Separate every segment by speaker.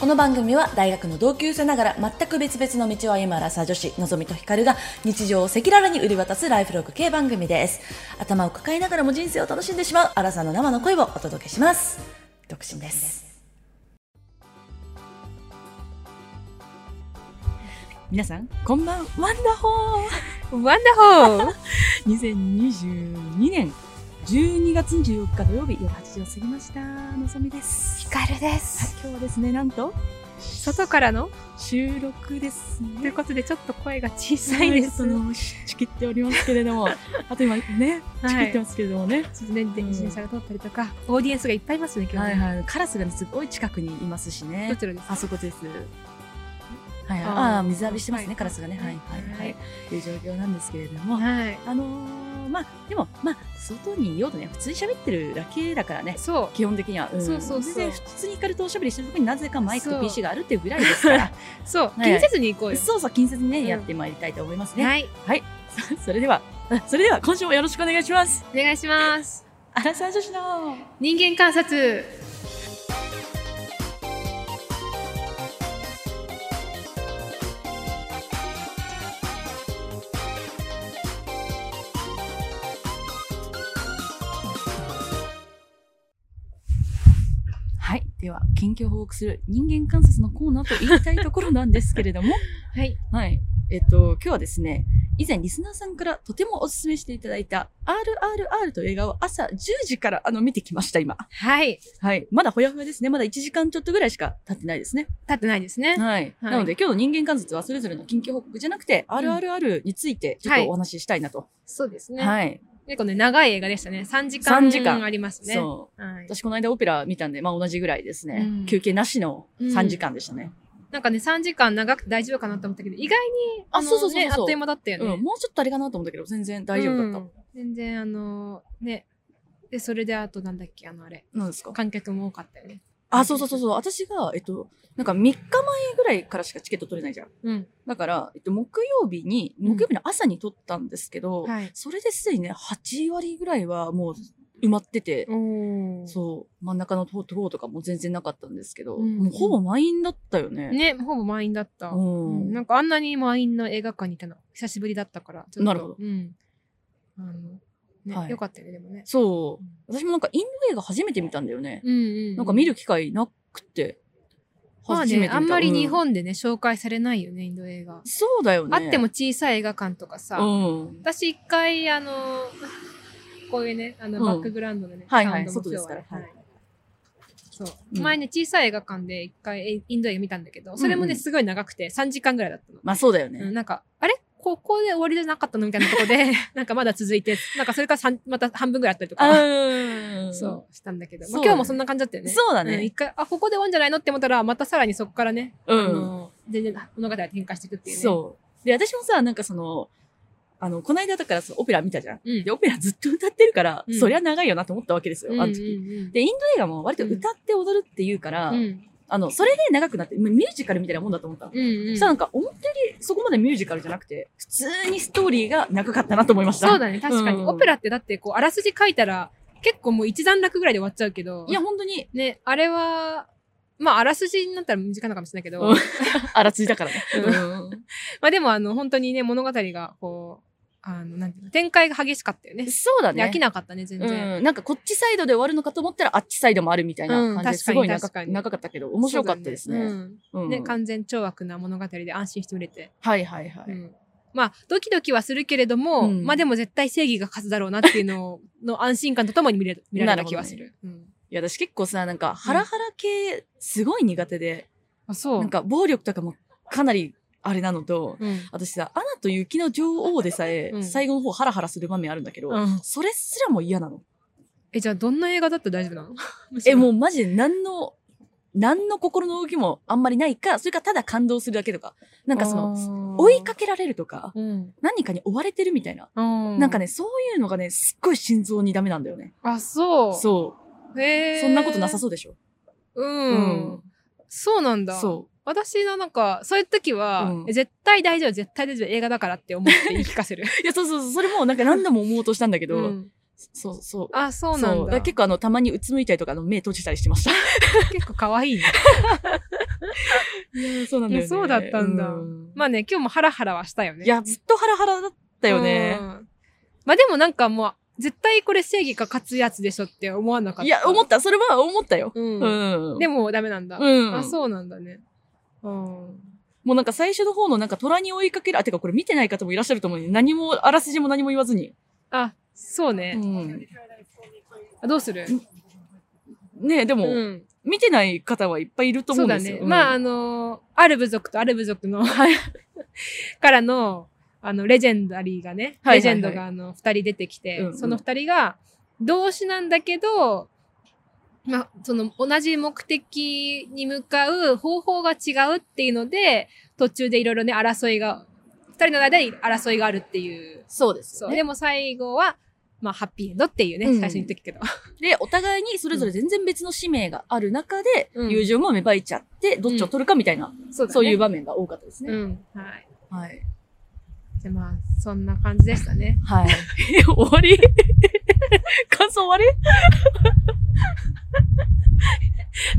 Speaker 1: この番組は大学の同級生ながら全く別々の道を歩むアラサー女子のぞみとひかるが日常を赤裸々に売り渡すライフログ系番組です頭を抱えながらも人生を楽しんでしまうアラサーの生の声をお届けします独身です皆さんこん ばんワンダホ
Speaker 2: ワンダ ホー
Speaker 1: ー2022年12月24日土曜日夜8時を過ぎましたのぞみです
Speaker 2: ヒカルで
Speaker 1: はい
Speaker 2: す。、
Speaker 1: 今日はですね、なんと、
Speaker 2: 外からの
Speaker 1: 収録です
Speaker 2: とい
Speaker 1: ね
Speaker 2: う。ことで、ちょっと声が小さいです。
Speaker 1: その、し仕切っておりますけれど も、あと今ね、
Speaker 2: はい
Speaker 1: 仕切ってますけれどもね。
Speaker 2: ちょっとね、電信者が通ったりとか、オーディエンスがいっぱいいますね、今
Speaker 1: は
Speaker 2: 日
Speaker 1: い
Speaker 2: ね。
Speaker 1: はい、カラスがねすごい近くにいますし
Speaker 2: ど
Speaker 1: ね。
Speaker 2: ちらです
Speaker 1: あそこです。はい、
Speaker 2: あー
Speaker 1: ああー、水浴びしてます
Speaker 2: は
Speaker 1: ね、
Speaker 2: い
Speaker 1: カラスがね。はい、はい、はい。という状況なんですけれども、
Speaker 2: はい。
Speaker 1: あのー、まあ、でも、まあ、外にいようとね、普通に喋ってるだけだからね。
Speaker 2: そ
Speaker 1: 基本的には、ん
Speaker 2: そうそうそう
Speaker 1: で普通に光とおしゃべりしてるとこになぜかマイク
Speaker 2: そ
Speaker 1: と
Speaker 2: う
Speaker 1: PC があるっていうぐらいですから
Speaker 2: う、そう、
Speaker 1: い
Speaker 2: 気にせずに行こうよ。
Speaker 1: そうそう、近接にね、
Speaker 2: うん
Speaker 1: やってまいりたいと思い ますね。
Speaker 2: はい。
Speaker 1: それでは、それでは今週もよろしくお願いします。
Speaker 2: お願いします。
Speaker 1: アラサー女子の。
Speaker 2: 人間観察。
Speaker 1: はい。では、近況を報告する人間観察のコーナーと言いたいところなんですけれ ども、
Speaker 2: はい。
Speaker 1: はい。えっと、今日はですね、以前リスナーさんからとてもお勧めしていただいた RRR という映画を朝10時からあの見てきました、今。
Speaker 2: はい。
Speaker 1: はい。まだほやほやですね。まだ1時間ちょっとぐらいしか経ってないですね。
Speaker 2: 立ってないです
Speaker 1: は
Speaker 2: ね。
Speaker 1: い。
Speaker 2: はい
Speaker 1: なので今日の人間観察はそれぞれの近況報告じゃなくて、RRR についてちょっとお話ししたいなと。
Speaker 2: そうですね。
Speaker 1: はい
Speaker 2: 結構ね、長い映画でしたね。3時
Speaker 1: 3時間
Speaker 2: 間ありますね。
Speaker 1: そう。
Speaker 2: はい。
Speaker 1: 私この間オペラ見たんで、まあ同じぐらいですね。
Speaker 2: うん
Speaker 1: 休憩なしの
Speaker 2: うん
Speaker 1: 3時間でしたね。
Speaker 2: なんかね、3時間長くて大丈夫かなと思ったけど、意外に、
Speaker 1: あ
Speaker 2: あの
Speaker 1: そうそうそうそう
Speaker 2: ねあっという間だったよ
Speaker 1: う
Speaker 2: ね。
Speaker 1: ん、もうちょっとあれかなと思ったけど、全然大丈夫だっ
Speaker 2: うん全然あのねでそれであとなんだっけあのあれ
Speaker 1: た。なんですか
Speaker 2: 観客も多かったよね
Speaker 1: あ、そうそうそうそう。私が、えっと、なんか3日前ぐらいからしかチケット取れないじゃん。
Speaker 2: うん
Speaker 1: だから、えっと、木曜日に、
Speaker 2: うん
Speaker 1: 木曜日の朝に取ったんですけど、
Speaker 2: はい
Speaker 1: それですでにね、8割ぐらいはもう埋まってて、
Speaker 2: おそ
Speaker 1: そう、真ん中の方とかも全然なかったんですけど、
Speaker 2: うん
Speaker 1: もうほぼ満員だったよね。
Speaker 2: うねほぼ満員だった、
Speaker 1: う
Speaker 2: うんんなんかあんなに満員の映画館にいたの久しぶりだったからちょっと
Speaker 1: なるほど
Speaker 2: うんあのね、
Speaker 1: はい
Speaker 2: よかったよねでもね
Speaker 1: そう。私もなんかインド映画初めて見たんだよね。
Speaker 2: うんうん
Speaker 1: なんか見る機会なくて。
Speaker 2: まあ
Speaker 1: 初めて見
Speaker 2: ね
Speaker 1: た
Speaker 2: あんまり日、
Speaker 1: う
Speaker 2: 本でね紹介されないよねインド映画、
Speaker 1: そうだよね。
Speaker 2: あっても小さい映画館とかさ、
Speaker 1: うん。
Speaker 2: 私一回あのこういうねあの
Speaker 1: うん
Speaker 2: バックグラウンドでね、
Speaker 1: はいはい
Speaker 2: サウン
Speaker 1: 外
Speaker 2: ドも今日
Speaker 1: ですから
Speaker 2: はいそう、
Speaker 1: うん
Speaker 2: 前ね小さい映画館で一回えインド映画見たんだけどそれもね、
Speaker 1: うんうん
Speaker 2: すごい長くて3時間ぐらいだったの、
Speaker 1: まあそうだよね。
Speaker 2: うんなんかあれここで終わりじゃなかったのみたいなと こでなんかまだ続いてなんかそれからさんまた半分ぐらいあったりとか
Speaker 1: あ
Speaker 2: そうしたんだけど、ま
Speaker 1: そうだ
Speaker 2: あ、
Speaker 1: ね
Speaker 2: 今日もそんな感じだったよね
Speaker 1: そうだ
Speaker 2: ん一
Speaker 1: ね。
Speaker 2: 回あここで終わんじゃないのって思ったらまたさらにそこからね、
Speaker 1: うん。
Speaker 2: あの全然物語が展開していくっていうね
Speaker 1: そう。で、私もさ、なんかその、あの、この間だからそのオペラ見たじゃん。
Speaker 2: う、ん
Speaker 1: で、オペラずっと歌ってるから、
Speaker 2: うん
Speaker 1: そりゃ長いよなと思ったわけですよ、あの時。
Speaker 2: うんうんうん
Speaker 1: で、インド映画も割と歌って踊るっていうから、
Speaker 2: うん
Speaker 1: あの、それで長くなって、ミュージカルみたいなもんだと思ったの。
Speaker 2: うんう
Speaker 1: そ
Speaker 2: ん
Speaker 1: したらなんか、思ったよりそこまでミュージカルじゃなくて、普通にストーリーが長かったなと思いました。
Speaker 2: そうだね、確かに。
Speaker 1: うん
Speaker 2: オペラってだって、こう、あらすじ書いたら、結構もう一段落ぐらいで終わっちゃうけど、
Speaker 1: いや、、本当に、
Speaker 2: ね、あれは、まあ、あらすじになったら短いのかもしれないけど、
Speaker 1: うんあらついだからね。
Speaker 2: まあでも、あの、本当にね、物語が、こう、あの、なんていうの、展開が激しかったよね。
Speaker 1: そうだ
Speaker 2: で
Speaker 1: ね。
Speaker 2: 飽きなかったね、全然。
Speaker 1: うん、なんかこっちサイドで終わるのかと思ったらあっちサイドもあるみたいな感じで、
Speaker 2: うん
Speaker 1: すごい長
Speaker 2: 確かに確かに
Speaker 1: 長かったけど面白かったです
Speaker 2: そうだ
Speaker 1: ね。う
Speaker 2: うんんね、完全懲悪な物語で安心して見れて。
Speaker 1: はいはいはい、
Speaker 2: うんまあ、ドキドキはするけれども、
Speaker 1: うん
Speaker 2: まあでも絶対正義が勝つだろうなっていうの をの安心感とともに見れ見られた気がする。うん
Speaker 1: いや私結構さなんかハラハラ系すごい苦手で、
Speaker 2: あ、そ
Speaker 1: なんか暴力とかもかなりあれなのと、
Speaker 2: うん。
Speaker 1: 私さ「アナと雪の女王」でさえ、
Speaker 2: うん
Speaker 1: 最後の方ハラハラする場面あるんだけど、
Speaker 2: うん
Speaker 1: それすらも嫌なの。
Speaker 2: え、じゃあどんな映画だったら大丈夫なの
Speaker 1: えも
Speaker 2: う。
Speaker 1: うマジで何の何の心の動きもあんまりないかそれかただ感動するだけとかなんかその
Speaker 2: の
Speaker 1: 追いかけられるとか
Speaker 2: け、うん。
Speaker 1: 何かに追われてるみたいな
Speaker 2: な
Speaker 1: なんか。ね、そういうのがね、すっごい心臓にダメなんだよね。
Speaker 2: あ、そう。
Speaker 1: そ
Speaker 2: へ
Speaker 1: う。
Speaker 2: え。
Speaker 1: そんなことなさそうでしょ。
Speaker 2: う。
Speaker 1: う
Speaker 2: うん。。そうなんだ。
Speaker 1: そ
Speaker 2: 私のなんか、そういう時は、
Speaker 1: うん
Speaker 2: え絶対大丈夫、絶対大丈夫、映画だからって思って言い聞かせる。
Speaker 1: う。いや、そうそうそう。それもなんか何度も思おうとしたん だけど、
Speaker 2: うん
Speaker 1: そうそう。
Speaker 2: あ、そうなんだ。
Speaker 1: から結構あの、たまにうつむいたりとか、あの、目閉じたりしてました。
Speaker 2: 結構可愛いね。
Speaker 1: いやそうなんだよね。
Speaker 2: いやそうだったんだ
Speaker 1: う
Speaker 2: まあね、今日もハラハラはしたよね。
Speaker 1: いや、ずっとハラハラだったよね
Speaker 2: う。んまあでもなんかもう、絶対これ正義が勝つやつでしょって思わなかった。
Speaker 1: いや、思った。それは思ったよ。
Speaker 2: うん。
Speaker 1: うん。
Speaker 2: で
Speaker 1: も、
Speaker 2: もダメなんだ。
Speaker 1: うん
Speaker 2: あ、そうなんだね。うん。
Speaker 1: もうなんか最初の方のなんか虎に追いかける、あ、てかこれ見てない方もいらっしゃると思うね。何も、あらすじも何も言わずに。
Speaker 2: あ、そうね。
Speaker 1: うん。
Speaker 2: あどうする
Speaker 1: ねえ、で
Speaker 2: う
Speaker 1: も、
Speaker 2: ん。
Speaker 1: 見てない方はいっぱいいると思
Speaker 2: そううんだ
Speaker 1: ですよ。
Speaker 2: ね。まあ、あ
Speaker 1: うん
Speaker 2: の、ある部族とある部族の、 からの、あの、レジェンダリーがね、
Speaker 1: はいはいはい
Speaker 2: レジェンドがあの、二人出てきて、
Speaker 1: うんうん
Speaker 2: その二人が、同志なんだけど、まあ、その、同じ目的に向かう方法が違うっていうので、途中でいろいろね、争いが、二人の間に争いがあるっていう。
Speaker 1: そうです
Speaker 2: そ
Speaker 1: よ
Speaker 2: う。
Speaker 1: ね、
Speaker 2: でも最後は、まあ、ハッピーエンドっていうね、
Speaker 1: うん
Speaker 2: 最初に言っとくけど。
Speaker 1: で、お互いにそれぞれ全然別の使命がある中で、
Speaker 2: うん
Speaker 1: 友情も芽生えちゃって、どっちを取るかみたいな、
Speaker 2: そう だね
Speaker 1: そういう場面が多かったですね。
Speaker 2: うん。はい。
Speaker 1: はい。
Speaker 2: じゃあまあ、そんな感じでしたね。
Speaker 1: はい。 え終わり 感想終わり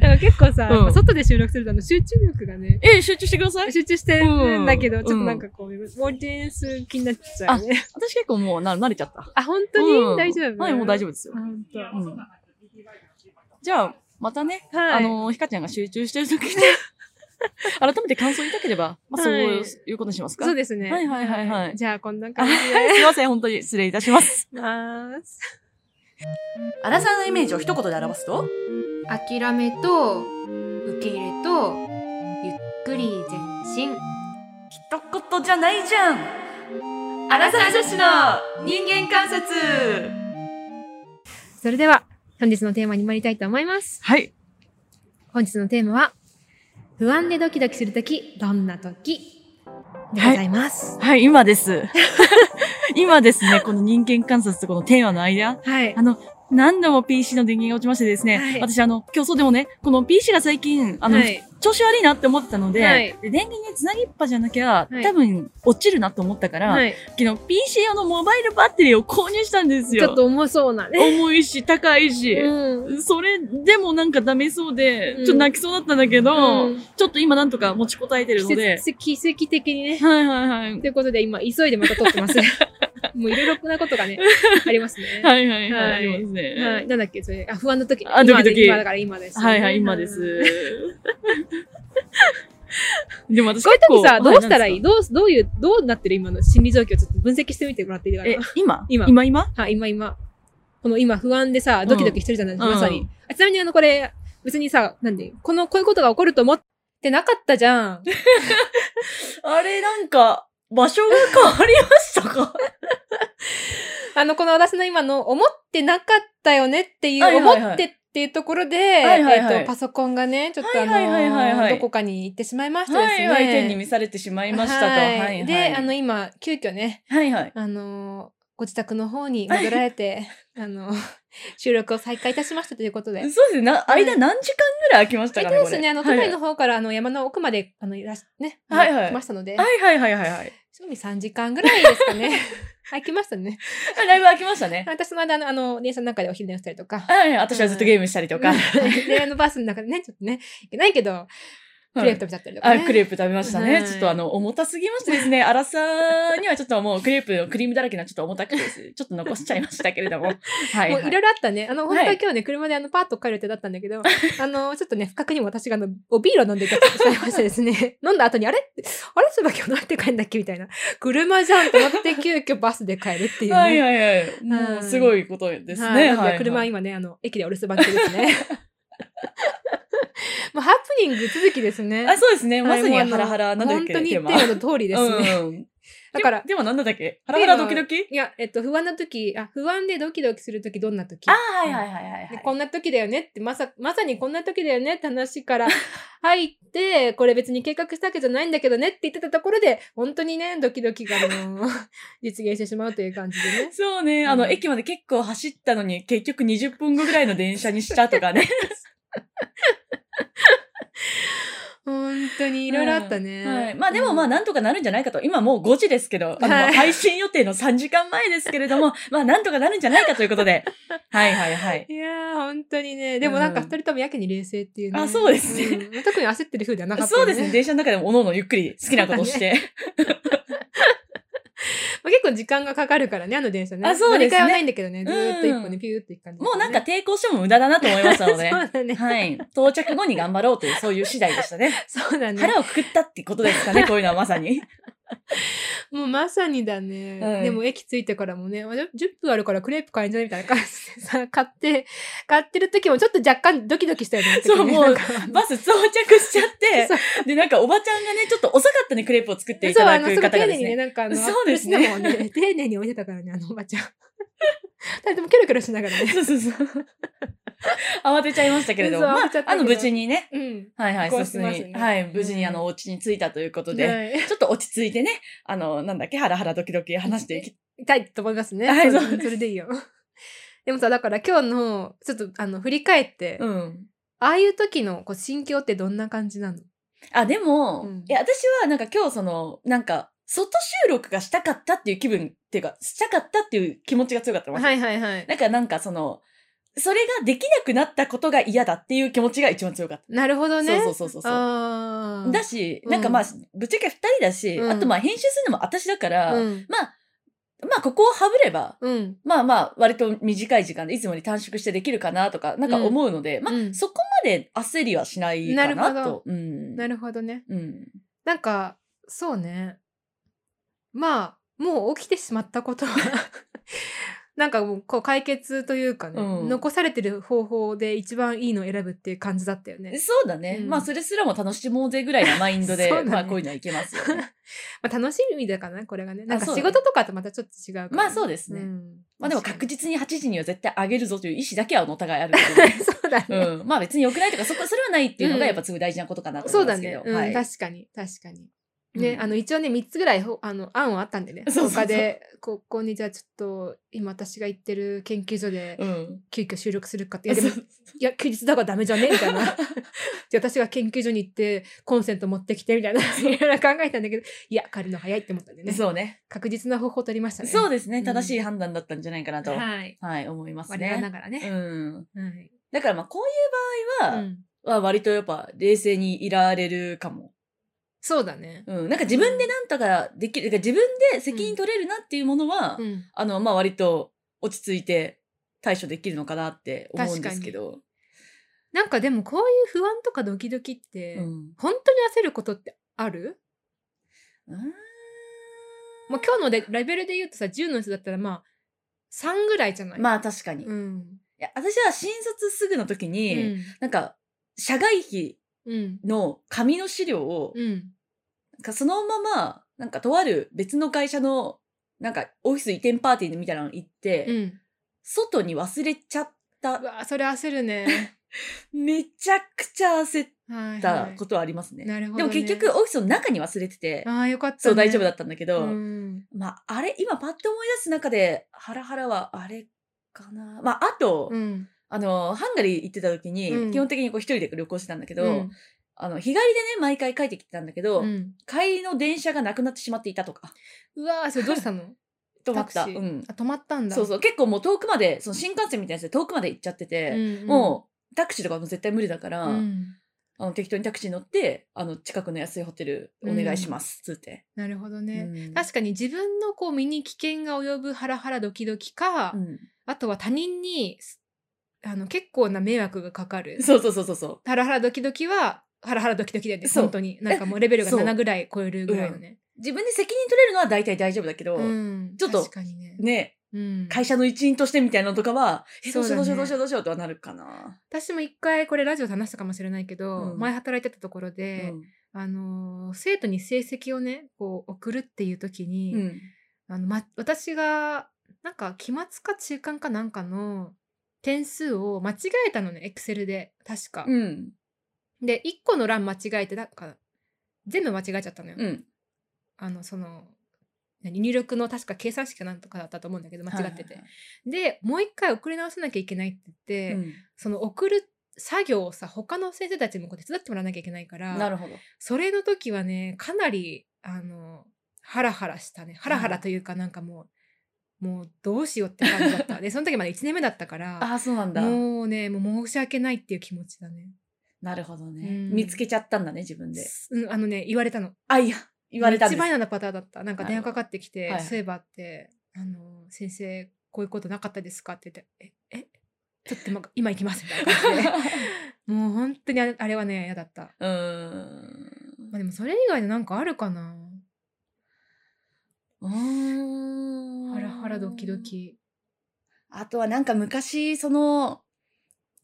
Speaker 2: なんか結構さ、
Speaker 1: うん
Speaker 2: やっぱ外で収録するとあの集中力がね、
Speaker 1: え、集中してください。
Speaker 2: 集中してるんだけど、
Speaker 1: うん
Speaker 2: ちょっとなんかこう、オーディエンス気になっちゃうね。
Speaker 1: 私結構もうな慣れちゃった。
Speaker 2: あ、本当に、
Speaker 1: うん
Speaker 2: 大丈夫
Speaker 1: はい、もう大丈
Speaker 2: 夫。
Speaker 1: 夫ですよ
Speaker 2: あ。本当。
Speaker 1: うんじゃあ、またね、
Speaker 2: はい
Speaker 1: あの、ひかちゃんが集中してる 時に、改めて感想言いたければ、まあ、そう
Speaker 2: はい
Speaker 1: いうことにしますか。
Speaker 2: そうですね。
Speaker 1: はいはいはいはい
Speaker 2: じゃあ、こんな感
Speaker 1: は
Speaker 2: じ
Speaker 1: い すいません、本当に失礼いたします。
Speaker 2: で。ます。
Speaker 1: アラサーのイメージを一言で表すと
Speaker 3: 諦めと受け入れとゆっくり前進
Speaker 1: 一言じゃないじゃんアラサー女子の人間観察
Speaker 2: それでは、本日のテーマに参りたいと思います。
Speaker 1: はい。
Speaker 2: 本日のテーマは、不安でドキドキするとき、どんなときでございます。
Speaker 1: はい、今です。 今ですね、この人間観察とこのテーマの間、
Speaker 2: はい
Speaker 1: あ。の、何度も PC の電源が落ちましてですね、
Speaker 2: はい
Speaker 1: 私あの、競争でもね、この PC が最近、あの、
Speaker 2: はい。
Speaker 1: 調子悪いなって思ってたので、
Speaker 2: はい
Speaker 1: で電源につなぎっぱじゃなきゃ、
Speaker 2: はい
Speaker 1: 多分落ちるなと思ったから、
Speaker 2: はい。
Speaker 1: 昨日 PC 用のモバイルバッテリーを購入したんです
Speaker 2: ち
Speaker 1: よ。
Speaker 2: ょっと重そうなね。
Speaker 1: 重いし、高いし。
Speaker 2: うん。
Speaker 1: それでもなんかダメそうで、
Speaker 2: うん
Speaker 1: ちょっと泣きそうだったんだけど、
Speaker 2: うん
Speaker 1: ちょっと今なんとか持ちこたえてるの
Speaker 2: 奇
Speaker 1: で。
Speaker 2: 跡奇跡的にね。
Speaker 1: はいはいはい。
Speaker 2: ということで、今、急いでまた撮って ます。もういろいろなことがね、ありますね。
Speaker 1: はいはいはい。
Speaker 2: はい
Speaker 1: ありますね。
Speaker 2: はい。なんだっけ、それ。あ、不安の時。
Speaker 1: あ
Speaker 2: 今
Speaker 1: ドキドキ
Speaker 2: 今だから今です、
Speaker 1: はいはい、今です。。でも私
Speaker 2: こういう
Speaker 1: 結構
Speaker 2: 時さ、どうしたら
Speaker 1: はい
Speaker 2: いどう、どういう、どうなってる今の心理状況をちょっと分析してみてもらっていいか
Speaker 1: え
Speaker 2: な。、
Speaker 1: 今
Speaker 2: 今
Speaker 1: 今今
Speaker 2: はい、今今。この今不安でさ、ドキドキしてるじゃない、
Speaker 1: ん
Speaker 2: まさ
Speaker 1: う
Speaker 2: に
Speaker 1: ん。
Speaker 2: あちなみにあの、これ、別にさ、なんで、この、こういうことが起こると思ってなかったじゃん。
Speaker 1: あれなんか、場所が変わりましたか
Speaker 2: あの、この私の今の、思ってなかったよねってい、
Speaker 1: はいうはいはい
Speaker 2: 思ってっていうところで、
Speaker 1: いはいはい
Speaker 2: えっと、パソコンがね、ちょっとあの
Speaker 1: はいはいはいはいは
Speaker 2: ー、
Speaker 1: い
Speaker 2: どこかに行ってしまいましてで
Speaker 1: は
Speaker 2: す
Speaker 1: い
Speaker 2: ね。
Speaker 1: はい、手に見されてしまいましたと。
Speaker 2: はい
Speaker 1: はい。
Speaker 2: で、あの、、今、急遽ね、
Speaker 1: はいはい。
Speaker 2: あのー、ご自宅の方に戻られて、 あの、収録を再開いたしましたということで
Speaker 1: そう。ですね。な間何時間ぐらい空きまし
Speaker 2: え
Speaker 1: た
Speaker 2: っ
Speaker 1: か
Speaker 2: と
Speaker 1: ね
Speaker 2: ですね、あの、
Speaker 1: これ
Speaker 2: 都内の方から、あの、山の奥まで、あの、いらし、ね、あの
Speaker 1: はいはい
Speaker 2: 来ましたので、
Speaker 1: はいはいはいはいはい。
Speaker 2: 正味3時間ぐらいですかね。 はい、来ましたね。
Speaker 1: ライブ空きましたね。
Speaker 2: 私の間、あのあの、電車の中でお昼寝をしたりとか、
Speaker 1: はい、私はずっとゲームしたりとか。
Speaker 2: うん で、あのバスの中でね、ちょっとね、いけないけど、クレープ食べちゃったりとか、
Speaker 1: あ
Speaker 2: ね。
Speaker 1: クレープ食べました
Speaker 2: は
Speaker 1: ね。
Speaker 2: い
Speaker 1: ちょっとあの、重たすぎましてですね、アラサーにはちょっともうクレープのクリームだらけなちょっと重たくてですね、ちょっと残しちゃいましたけ れども。はい、は
Speaker 2: もうい
Speaker 1: い。
Speaker 2: ろいろあったね。あの、本当
Speaker 1: は
Speaker 2: はい今日ね、車であの、パーッと帰る予定だったんだ けど、あの、ちょっとね、不覚にも私があの、おビールを飲んでたしまいまし てですね、飲んだ後に、あれあれそういえば今日なんて帰んだっけみたいな。車じゃんと思 って、急遽バスで帰るっていうね。
Speaker 1: はいはいはい。もうすごいことです
Speaker 2: はい
Speaker 1: ね。
Speaker 2: なの
Speaker 1: はい。
Speaker 2: 車は
Speaker 1: はい
Speaker 2: 今ね、あの、駅でお留守番中で すね。もうハプニング続きですね。
Speaker 1: あ、そうですね。
Speaker 2: は
Speaker 1: ま
Speaker 2: い
Speaker 1: さに
Speaker 2: もう
Speaker 1: ハ
Speaker 2: あの
Speaker 1: ラハラなんだっけ
Speaker 2: 本当
Speaker 1: テ
Speaker 2: に
Speaker 1: ー
Speaker 2: 言っ
Speaker 1: マ
Speaker 2: てるの通りですね。
Speaker 1: うん
Speaker 2: だから
Speaker 1: で、もでもなんだったっけハラハラドキドキ
Speaker 2: いや、えっと、不安な時、あ、不安でドキドキする時、どんな時
Speaker 1: あはいはいはいはい
Speaker 2: で
Speaker 1: はい。
Speaker 2: こんな時だよねって、まさ、まさにこんな時だよねって話から入って、これ別に計画したわけじゃないんだけどねって言ってたところで、本当にね、ドキドキが、あの 実現してしまうという感じでね。
Speaker 1: そうね。あ
Speaker 2: う
Speaker 1: の、
Speaker 2: ん
Speaker 1: 駅まで結構走ったのに、結局20分後ぐらいの電車にしたとかね。
Speaker 2: 本当にいろいろあったね。
Speaker 1: はい。まあでもまあなんとかなるんじゃないかと。今もう5時ですけど、あの、
Speaker 2: はい
Speaker 1: 配信予定の3時間前ですけれど も、まあなんとかなるんじゃないかということで。はいはいはい。
Speaker 2: いやー、本当にね。でもなんか
Speaker 1: うん
Speaker 2: 二人ともやけに冷静っていうね。
Speaker 1: あそうですね
Speaker 2: うん特に焦ってる風ではなかった、
Speaker 1: そうですね。。電車の中でもおのおのゆっくり好きなことをして。
Speaker 2: まあ、結構時間がかかるからね、あの電車ね。
Speaker 1: あそうですね
Speaker 2: 乗り換えはないんだけどね。ずーっと一
Speaker 1: う
Speaker 2: 本
Speaker 1: ん
Speaker 2: でピューっていく感じ、
Speaker 1: もうなんか、抵抗しても無駄だなと思いましたので。
Speaker 2: そうだね。
Speaker 1: はい。到着後に頑張ろうという、そういう次第でしたね。
Speaker 2: そうだね。
Speaker 1: 腹をくくったってことですかね、こういうのはまさ に。
Speaker 2: もうまさにだね。
Speaker 1: うん
Speaker 2: でも駅着いてからもね、あじゃ10分あるからクレープ買えんじゃねみたいな感じで さ、買って、買ってる時もちょっと若干ドキドキしたよね。
Speaker 1: そうもう
Speaker 2: なんか
Speaker 1: バス到着しちゃって
Speaker 2: そう、
Speaker 1: で、なんかおばちゃんがね、ちょっと遅かったね、クレープを作ってい
Speaker 2: そ
Speaker 1: た
Speaker 2: う、あ
Speaker 1: だ
Speaker 2: の、す
Speaker 1: く
Speaker 2: ごい
Speaker 1: 方
Speaker 2: 丁
Speaker 1: がで
Speaker 2: 寧
Speaker 1: す
Speaker 2: にね、
Speaker 1: ね。
Speaker 2: なんかあの、
Speaker 1: そうですね
Speaker 2: アップルシナモン ね、丁寧に置いてたからね、あのおばちゃん。二人ともキョロキョロしながらね。
Speaker 1: そうそうそう。慌てちゃいましたけれども、
Speaker 2: そう
Speaker 1: ま
Speaker 2: 慌てちゃっ
Speaker 1: あ、
Speaker 2: た
Speaker 1: あ
Speaker 2: けど
Speaker 1: の、無事にね、
Speaker 2: うん。
Speaker 1: はいはい、
Speaker 2: こう
Speaker 1: そう
Speaker 2: し
Speaker 1: す
Speaker 2: ま
Speaker 1: ね
Speaker 2: すね
Speaker 1: はい、無事にあ
Speaker 2: う
Speaker 1: の、
Speaker 2: ん
Speaker 1: お家に着いたということで、
Speaker 2: はい。
Speaker 1: ちょっと落ち着いてね、あの、なんだっけ、ハラハラドキドキ話していき、
Speaker 2: 痛いと思いますね。
Speaker 1: はい
Speaker 2: そう
Speaker 1: そう
Speaker 2: それでいいよ。でもさ、だから今日の、ちょっとあの、振り返って、
Speaker 1: う
Speaker 2: あ
Speaker 1: ん。
Speaker 2: あいう時のこう心境ってどんな感じなの
Speaker 1: あ、でも、
Speaker 2: うん
Speaker 1: いや、私はなんか今日その、なんか、外収録がしたかったっていう気分っていうか、したかったっていう気持ちが強かったの
Speaker 2: はいはいはい。
Speaker 1: なんかなんかその、それができなくなったことが嫌だっていう気持ちが一番強かった。
Speaker 2: なるほどね。
Speaker 1: そうそうそうそうそう。
Speaker 2: ああ。
Speaker 1: だし、
Speaker 2: うん
Speaker 1: なんかまあ、ぶっちゃけ二人だし、
Speaker 2: うん
Speaker 1: あとまあ編集するのも私だから、
Speaker 2: うん。
Speaker 1: まあ、まあここをはぶれば、
Speaker 2: うん。
Speaker 1: まあまあ割と短い時間でいつもより短縮してできるかなとか、なんか思うので、まあ、
Speaker 2: うん
Speaker 1: そこまで焦りはしないか
Speaker 2: な
Speaker 1: な
Speaker 2: るほど
Speaker 1: と。うん。
Speaker 2: なるほどね。
Speaker 1: うん。
Speaker 2: なんか、そうね。まあ、もう起きてしまったことは、 なんかもう、こう、解決というかね、
Speaker 1: うん
Speaker 2: 残されてる方法で一番いいのを選ぶっていう感じだったよね。
Speaker 1: そうだね。
Speaker 2: うん
Speaker 1: まあ、それすらも楽しもうぜぐらいのマインドで、
Speaker 2: そうだね
Speaker 1: まあ、こういうのはいけますよ ね。
Speaker 2: まあ、楽しみだからな、これがね。なんか
Speaker 1: そう
Speaker 2: 仕
Speaker 1: だね
Speaker 2: 事とかとまたちょっと違うから、
Speaker 1: まあ、そうですね。
Speaker 2: ん
Speaker 1: まあ、でも確実に8時には絶対上げるぞという意思だけはお互いあるけど
Speaker 2: 確
Speaker 1: ね。
Speaker 2: かにそうだ ね。
Speaker 1: うん。まあ、別に良くないとか、そこ、それはないっていうの
Speaker 2: うん
Speaker 1: が、やっぱすごい大事なことかなと
Speaker 2: そ
Speaker 1: 思
Speaker 2: う
Speaker 1: いま
Speaker 2: だ
Speaker 1: すけ
Speaker 2: ね
Speaker 1: ど。。
Speaker 2: うん、
Speaker 1: はい。
Speaker 2: 確かに、確かに。ね、
Speaker 1: うん
Speaker 2: あの、一応ね、3つぐらいほ、あの、案はあったんでね。
Speaker 1: そうそうそう
Speaker 2: 他で、ここにじゃあちょっと、今私が行ってる研究所で、
Speaker 1: うん。
Speaker 2: 急遽収録するかって。い
Speaker 1: いや
Speaker 2: や、
Speaker 1: で
Speaker 2: で
Speaker 1: も
Speaker 2: も、いや、休日だからダメじゃねみたいな。 じゃあ私が研究所に行って、コンセント持ってきて、みたいな、いろいろ考えたんだけど、いや、借りるの早いって思ったんでね。
Speaker 1: そうね。
Speaker 2: 確実な方法を取りましたね。
Speaker 1: そう
Speaker 2: で
Speaker 1: です
Speaker 2: う
Speaker 1: ね。
Speaker 2: ん
Speaker 1: 正しい判断だったんじゃないかなと、
Speaker 2: はい。
Speaker 1: はい、思います
Speaker 2: 我な
Speaker 1: ね。
Speaker 2: がらね。
Speaker 1: うん。
Speaker 2: はい。
Speaker 1: だから、まあ、こういう場合
Speaker 2: う
Speaker 1: は、
Speaker 2: ん
Speaker 1: は割とやっぱ、冷静にいられるかも。
Speaker 2: そうだね。
Speaker 1: うん。なんか自分でなんとかできる、自分で責任取れるなっていうものは、
Speaker 2: うん。
Speaker 1: あの、まあ、割と落ち着いて対処できるのかなって思うんですけど。
Speaker 2: なんかでも、こういう不安とかドキドキって、
Speaker 1: うん。
Speaker 2: 本当に焦ることってある、
Speaker 1: うーん
Speaker 2: まあ、今日のでレベルで言うとさ10の人だったらまあ3ぐらいじゃない
Speaker 1: まあ確かに。い
Speaker 2: うん
Speaker 1: や私は新卒すぐの時
Speaker 2: う
Speaker 1: に、
Speaker 2: ん
Speaker 1: なんか、社外費
Speaker 2: うん
Speaker 1: の紙の資料を、
Speaker 2: うん
Speaker 1: なんかそのまま、なんかとある別の会社の、なんかオフィス移転パーティーみたいなの行って、
Speaker 2: うん
Speaker 1: 外に忘れちゃった
Speaker 2: う。わそれ焦 るね
Speaker 1: めちゃくちゃ焦っ
Speaker 2: はい、
Speaker 1: た
Speaker 2: は
Speaker 1: ことはあります
Speaker 2: い、
Speaker 1: ね。
Speaker 2: なるほ
Speaker 1: で
Speaker 2: ど、
Speaker 1: も
Speaker 2: ね、
Speaker 1: 結局オフィスの中に忘れてて、
Speaker 2: ああよかった、ね、
Speaker 1: そう大丈夫だ
Speaker 2: っ
Speaker 1: ったんだけど、
Speaker 2: うん
Speaker 1: まあ、あれ、今パッと思い出す中で、ハラハラはあれかな。まあ、あと、
Speaker 2: うん
Speaker 1: あの、ハンガリー行ってた時に、
Speaker 2: うん
Speaker 1: 基本的にこう一人で旅行してたんだけど、
Speaker 2: うん
Speaker 1: あの、日帰りでね、毎回帰ってきてたんだけど、
Speaker 2: うん
Speaker 1: 帰りの電車がなくなってしまっていたとか、
Speaker 2: うわそれどうし たの
Speaker 1: 止まった。
Speaker 2: タクシー
Speaker 1: うん。
Speaker 2: あ止まったんだ
Speaker 1: そうそう、結構もう遠くまで、その新幹線みたいなやつで遠くまで行っちゃって
Speaker 2: う
Speaker 1: て、
Speaker 2: ん、うん、
Speaker 1: もう、タクシーとかも絶対無理だから、
Speaker 2: うん、
Speaker 1: あの適当にタクシー乗って、あの、近くの安いホテルお願いします、つって。
Speaker 2: なるほどね、
Speaker 1: うん
Speaker 2: 確かに自分のこう身に危険が及ぶハラハラドキドキか、
Speaker 1: うん
Speaker 2: あとは他人にすあの結構な迷惑がかかる
Speaker 1: そうそうそうそうそ
Speaker 2: ハラハラドキドキは、ハラハラドキドキだよね。
Speaker 1: そう
Speaker 2: 本当に。なんかもうレベルが
Speaker 1: そう
Speaker 2: 7ぐらい超えるぐらいのね。
Speaker 1: う。自分で責任取れるのは大体大丈夫だけど、
Speaker 2: うん。
Speaker 1: ちょっと
Speaker 2: 確かにね。
Speaker 1: ね、
Speaker 2: うん。
Speaker 1: 会社の一員としてみたいなのとかは、えど
Speaker 2: そう
Speaker 1: うし
Speaker 2: だ
Speaker 1: よ
Speaker 2: ね
Speaker 1: うどうしようどうしようどうしようとはなるかな。
Speaker 2: 私も一回これラジオで話したかもしれないけど、
Speaker 1: うん
Speaker 2: 前働いてたところ
Speaker 1: う
Speaker 2: で、
Speaker 1: ん
Speaker 2: あのー生徒に成績をね、こう送るっていう時に、
Speaker 1: うん
Speaker 2: あのま、私が、なんか期末か中間かなんかの点数を間違えたのね、エクセルで。確か。
Speaker 1: うん
Speaker 2: で、1個の欄間違えて、なんか、全部間違えちゃったのよ。
Speaker 1: うん
Speaker 2: あのその何入力の確か計算式かなんとかだったと思うんだけど間違ってて、でもう一回送り直さなきゃいけないって言って、
Speaker 1: はいはいはいうん
Speaker 2: その送る作業をさ他の先生たちにもこう手伝ってもらわなきゃいけないから
Speaker 1: なるほど。
Speaker 2: それの時はねかなりあのハラハラしたねハラハラというかなんかもう、もうどうしようって感じ だったでその時まだ1年目だったから
Speaker 1: ああ、そうなんだ。
Speaker 2: もうねもう申し訳ないっていう気持ちだね、
Speaker 1: なるほどね、
Speaker 2: うん
Speaker 1: 見つけちゃったんだね、自分で。
Speaker 2: うん、あのね言われたの
Speaker 1: あ、いや、言われたんで
Speaker 2: 一
Speaker 1: す。
Speaker 2: 番嫌なパターンだったなんか電話かかってきて、
Speaker 1: はい
Speaker 2: そういえばってあの先生こういうことなかったですかって言ってええちょっと今今行きますみたいな感 じでもう本当にあれあれはね嫌だった
Speaker 1: うーん
Speaker 2: まあでもそれ以外でなんかあるかな
Speaker 1: うーん。
Speaker 2: ハラハラドキド。キ。
Speaker 1: あとはなんか昔、その、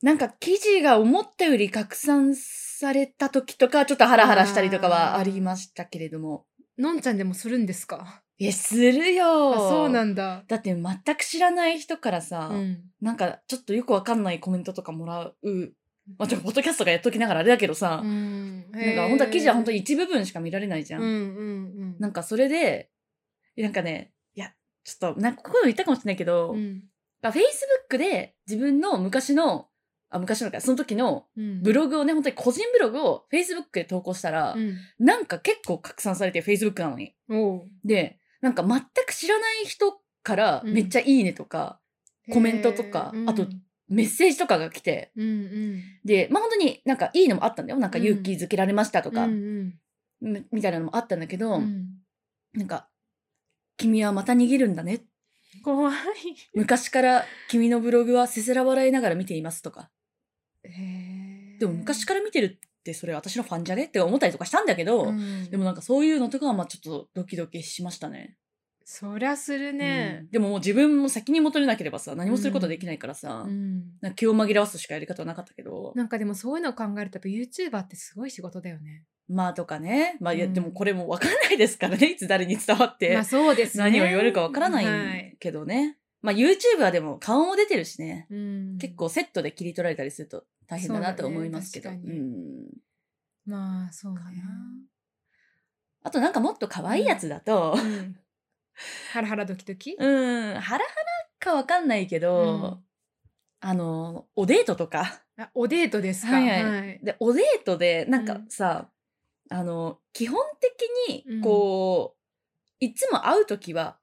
Speaker 1: なんか記事が思ったより拡散された時とか、ちょっとハラハラしたりとかはありましたけれども。
Speaker 2: のんちゃんでもするんですか
Speaker 1: え、するよ
Speaker 2: あそうなんんだ。
Speaker 1: だって全く知らない人からさ、
Speaker 2: うん。
Speaker 1: なんかちょっとよくわかんないコメントとかもらう。まあ、ちょっとポッドキャストがやっときながらあれだけどさ、
Speaker 2: ん。
Speaker 1: な
Speaker 2: なん
Speaker 1: か本当は記事は本当に一部分しか見られないじゃ
Speaker 2: うんうんうん。
Speaker 1: なん
Speaker 2: か、
Speaker 1: かそれで、なんかね、いや、ちょっと、なんかここでも言ったかもしれないけど、
Speaker 2: うん。
Speaker 1: まあ Facebook で自分の昔の、あ、昔のか、その時の
Speaker 2: うん、
Speaker 1: ブログをね、本当に個人ブログを Facebook で投稿したら、
Speaker 2: うん。
Speaker 1: なんか結構拡散されて Facebook なのに。
Speaker 2: おう
Speaker 1: で、なんか全く知らない人から
Speaker 2: うん
Speaker 1: めっちゃいいねとか、コメントとか
Speaker 2: へー
Speaker 1: あと
Speaker 2: うん
Speaker 1: メッセージとかが来て、
Speaker 2: うん。
Speaker 1: で、まあ本当になんかいいのもあったんだよ。なんか
Speaker 2: うん
Speaker 1: 勇気づけられましたと
Speaker 2: と
Speaker 1: か、
Speaker 2: うん
Speaker 1: みみたいなのもあったんだけど、
Speaker 2: うんうん。
Speaker 1: なんか、君はまた逃げるんだね
Speaker 2: 怖い。
Speaker 1: 昔から君のブログはせせら笑いながら見ていますとか。
Speaker 2: へ
Speaker 1: でも昔
Speaker 2: か
Speaker 1: から見てるってそれ私のファンじゃねって思ったりとかしたんだけど、
Speaker 2: ん、
Speaker 1: でもなんかそういうのとかはまあちょっとドキドキしましたね。
Speaker 2: そりゃする
Speaker 1: う
Speaker 2: ね
Speaker 1: ん。でももう自分も責任も取れなければさ、何もすることできないからさ、
Speaker 2: うん。
Speaker 1: なんか気を紛らわすしかやり方はなかったけど、
Speaker 2: なんかでもそういうのを考えるとやっぱ YouTuber ってすごい仕事だよね。
Speaker 1: まあとかね、まあいや、
Speaker 2: うん
Speaker 1: でもこれもわかんないですからね、い つ誰に伝わって、
Speaker 2: まあそうですね。
Speaker 1: 何を言われるかわからな
Speaker 2: はい
Speaker 1: い。けどね。まあ YouTube はでも顔も出てるしね、
Speaker 2: うん、
Speaker 1: 結構セットで切り取られたりすると大変だなと思いますけど。
Speaker 2: そうだね確かに
Speaker 1: うん
Speaker 2: まあそうね
Speaker 1: かあとなんかもっと可愛いやつだと、
Speaker 2: うんハラハラドキドキ、
Speaker 1: うん、ハラハラかわかんないけど、あの、おデートとか。
Speaker 2: あおデートですか。
Speaker 1: はいはいで、おデートで、なん
Speaker 2: う
Speaker 1: か
Speaker 2: ん
Speaker 1: さ、あの、基本的
Speaker 2: うん
Speaker 1: に、こう、いつも会うときは、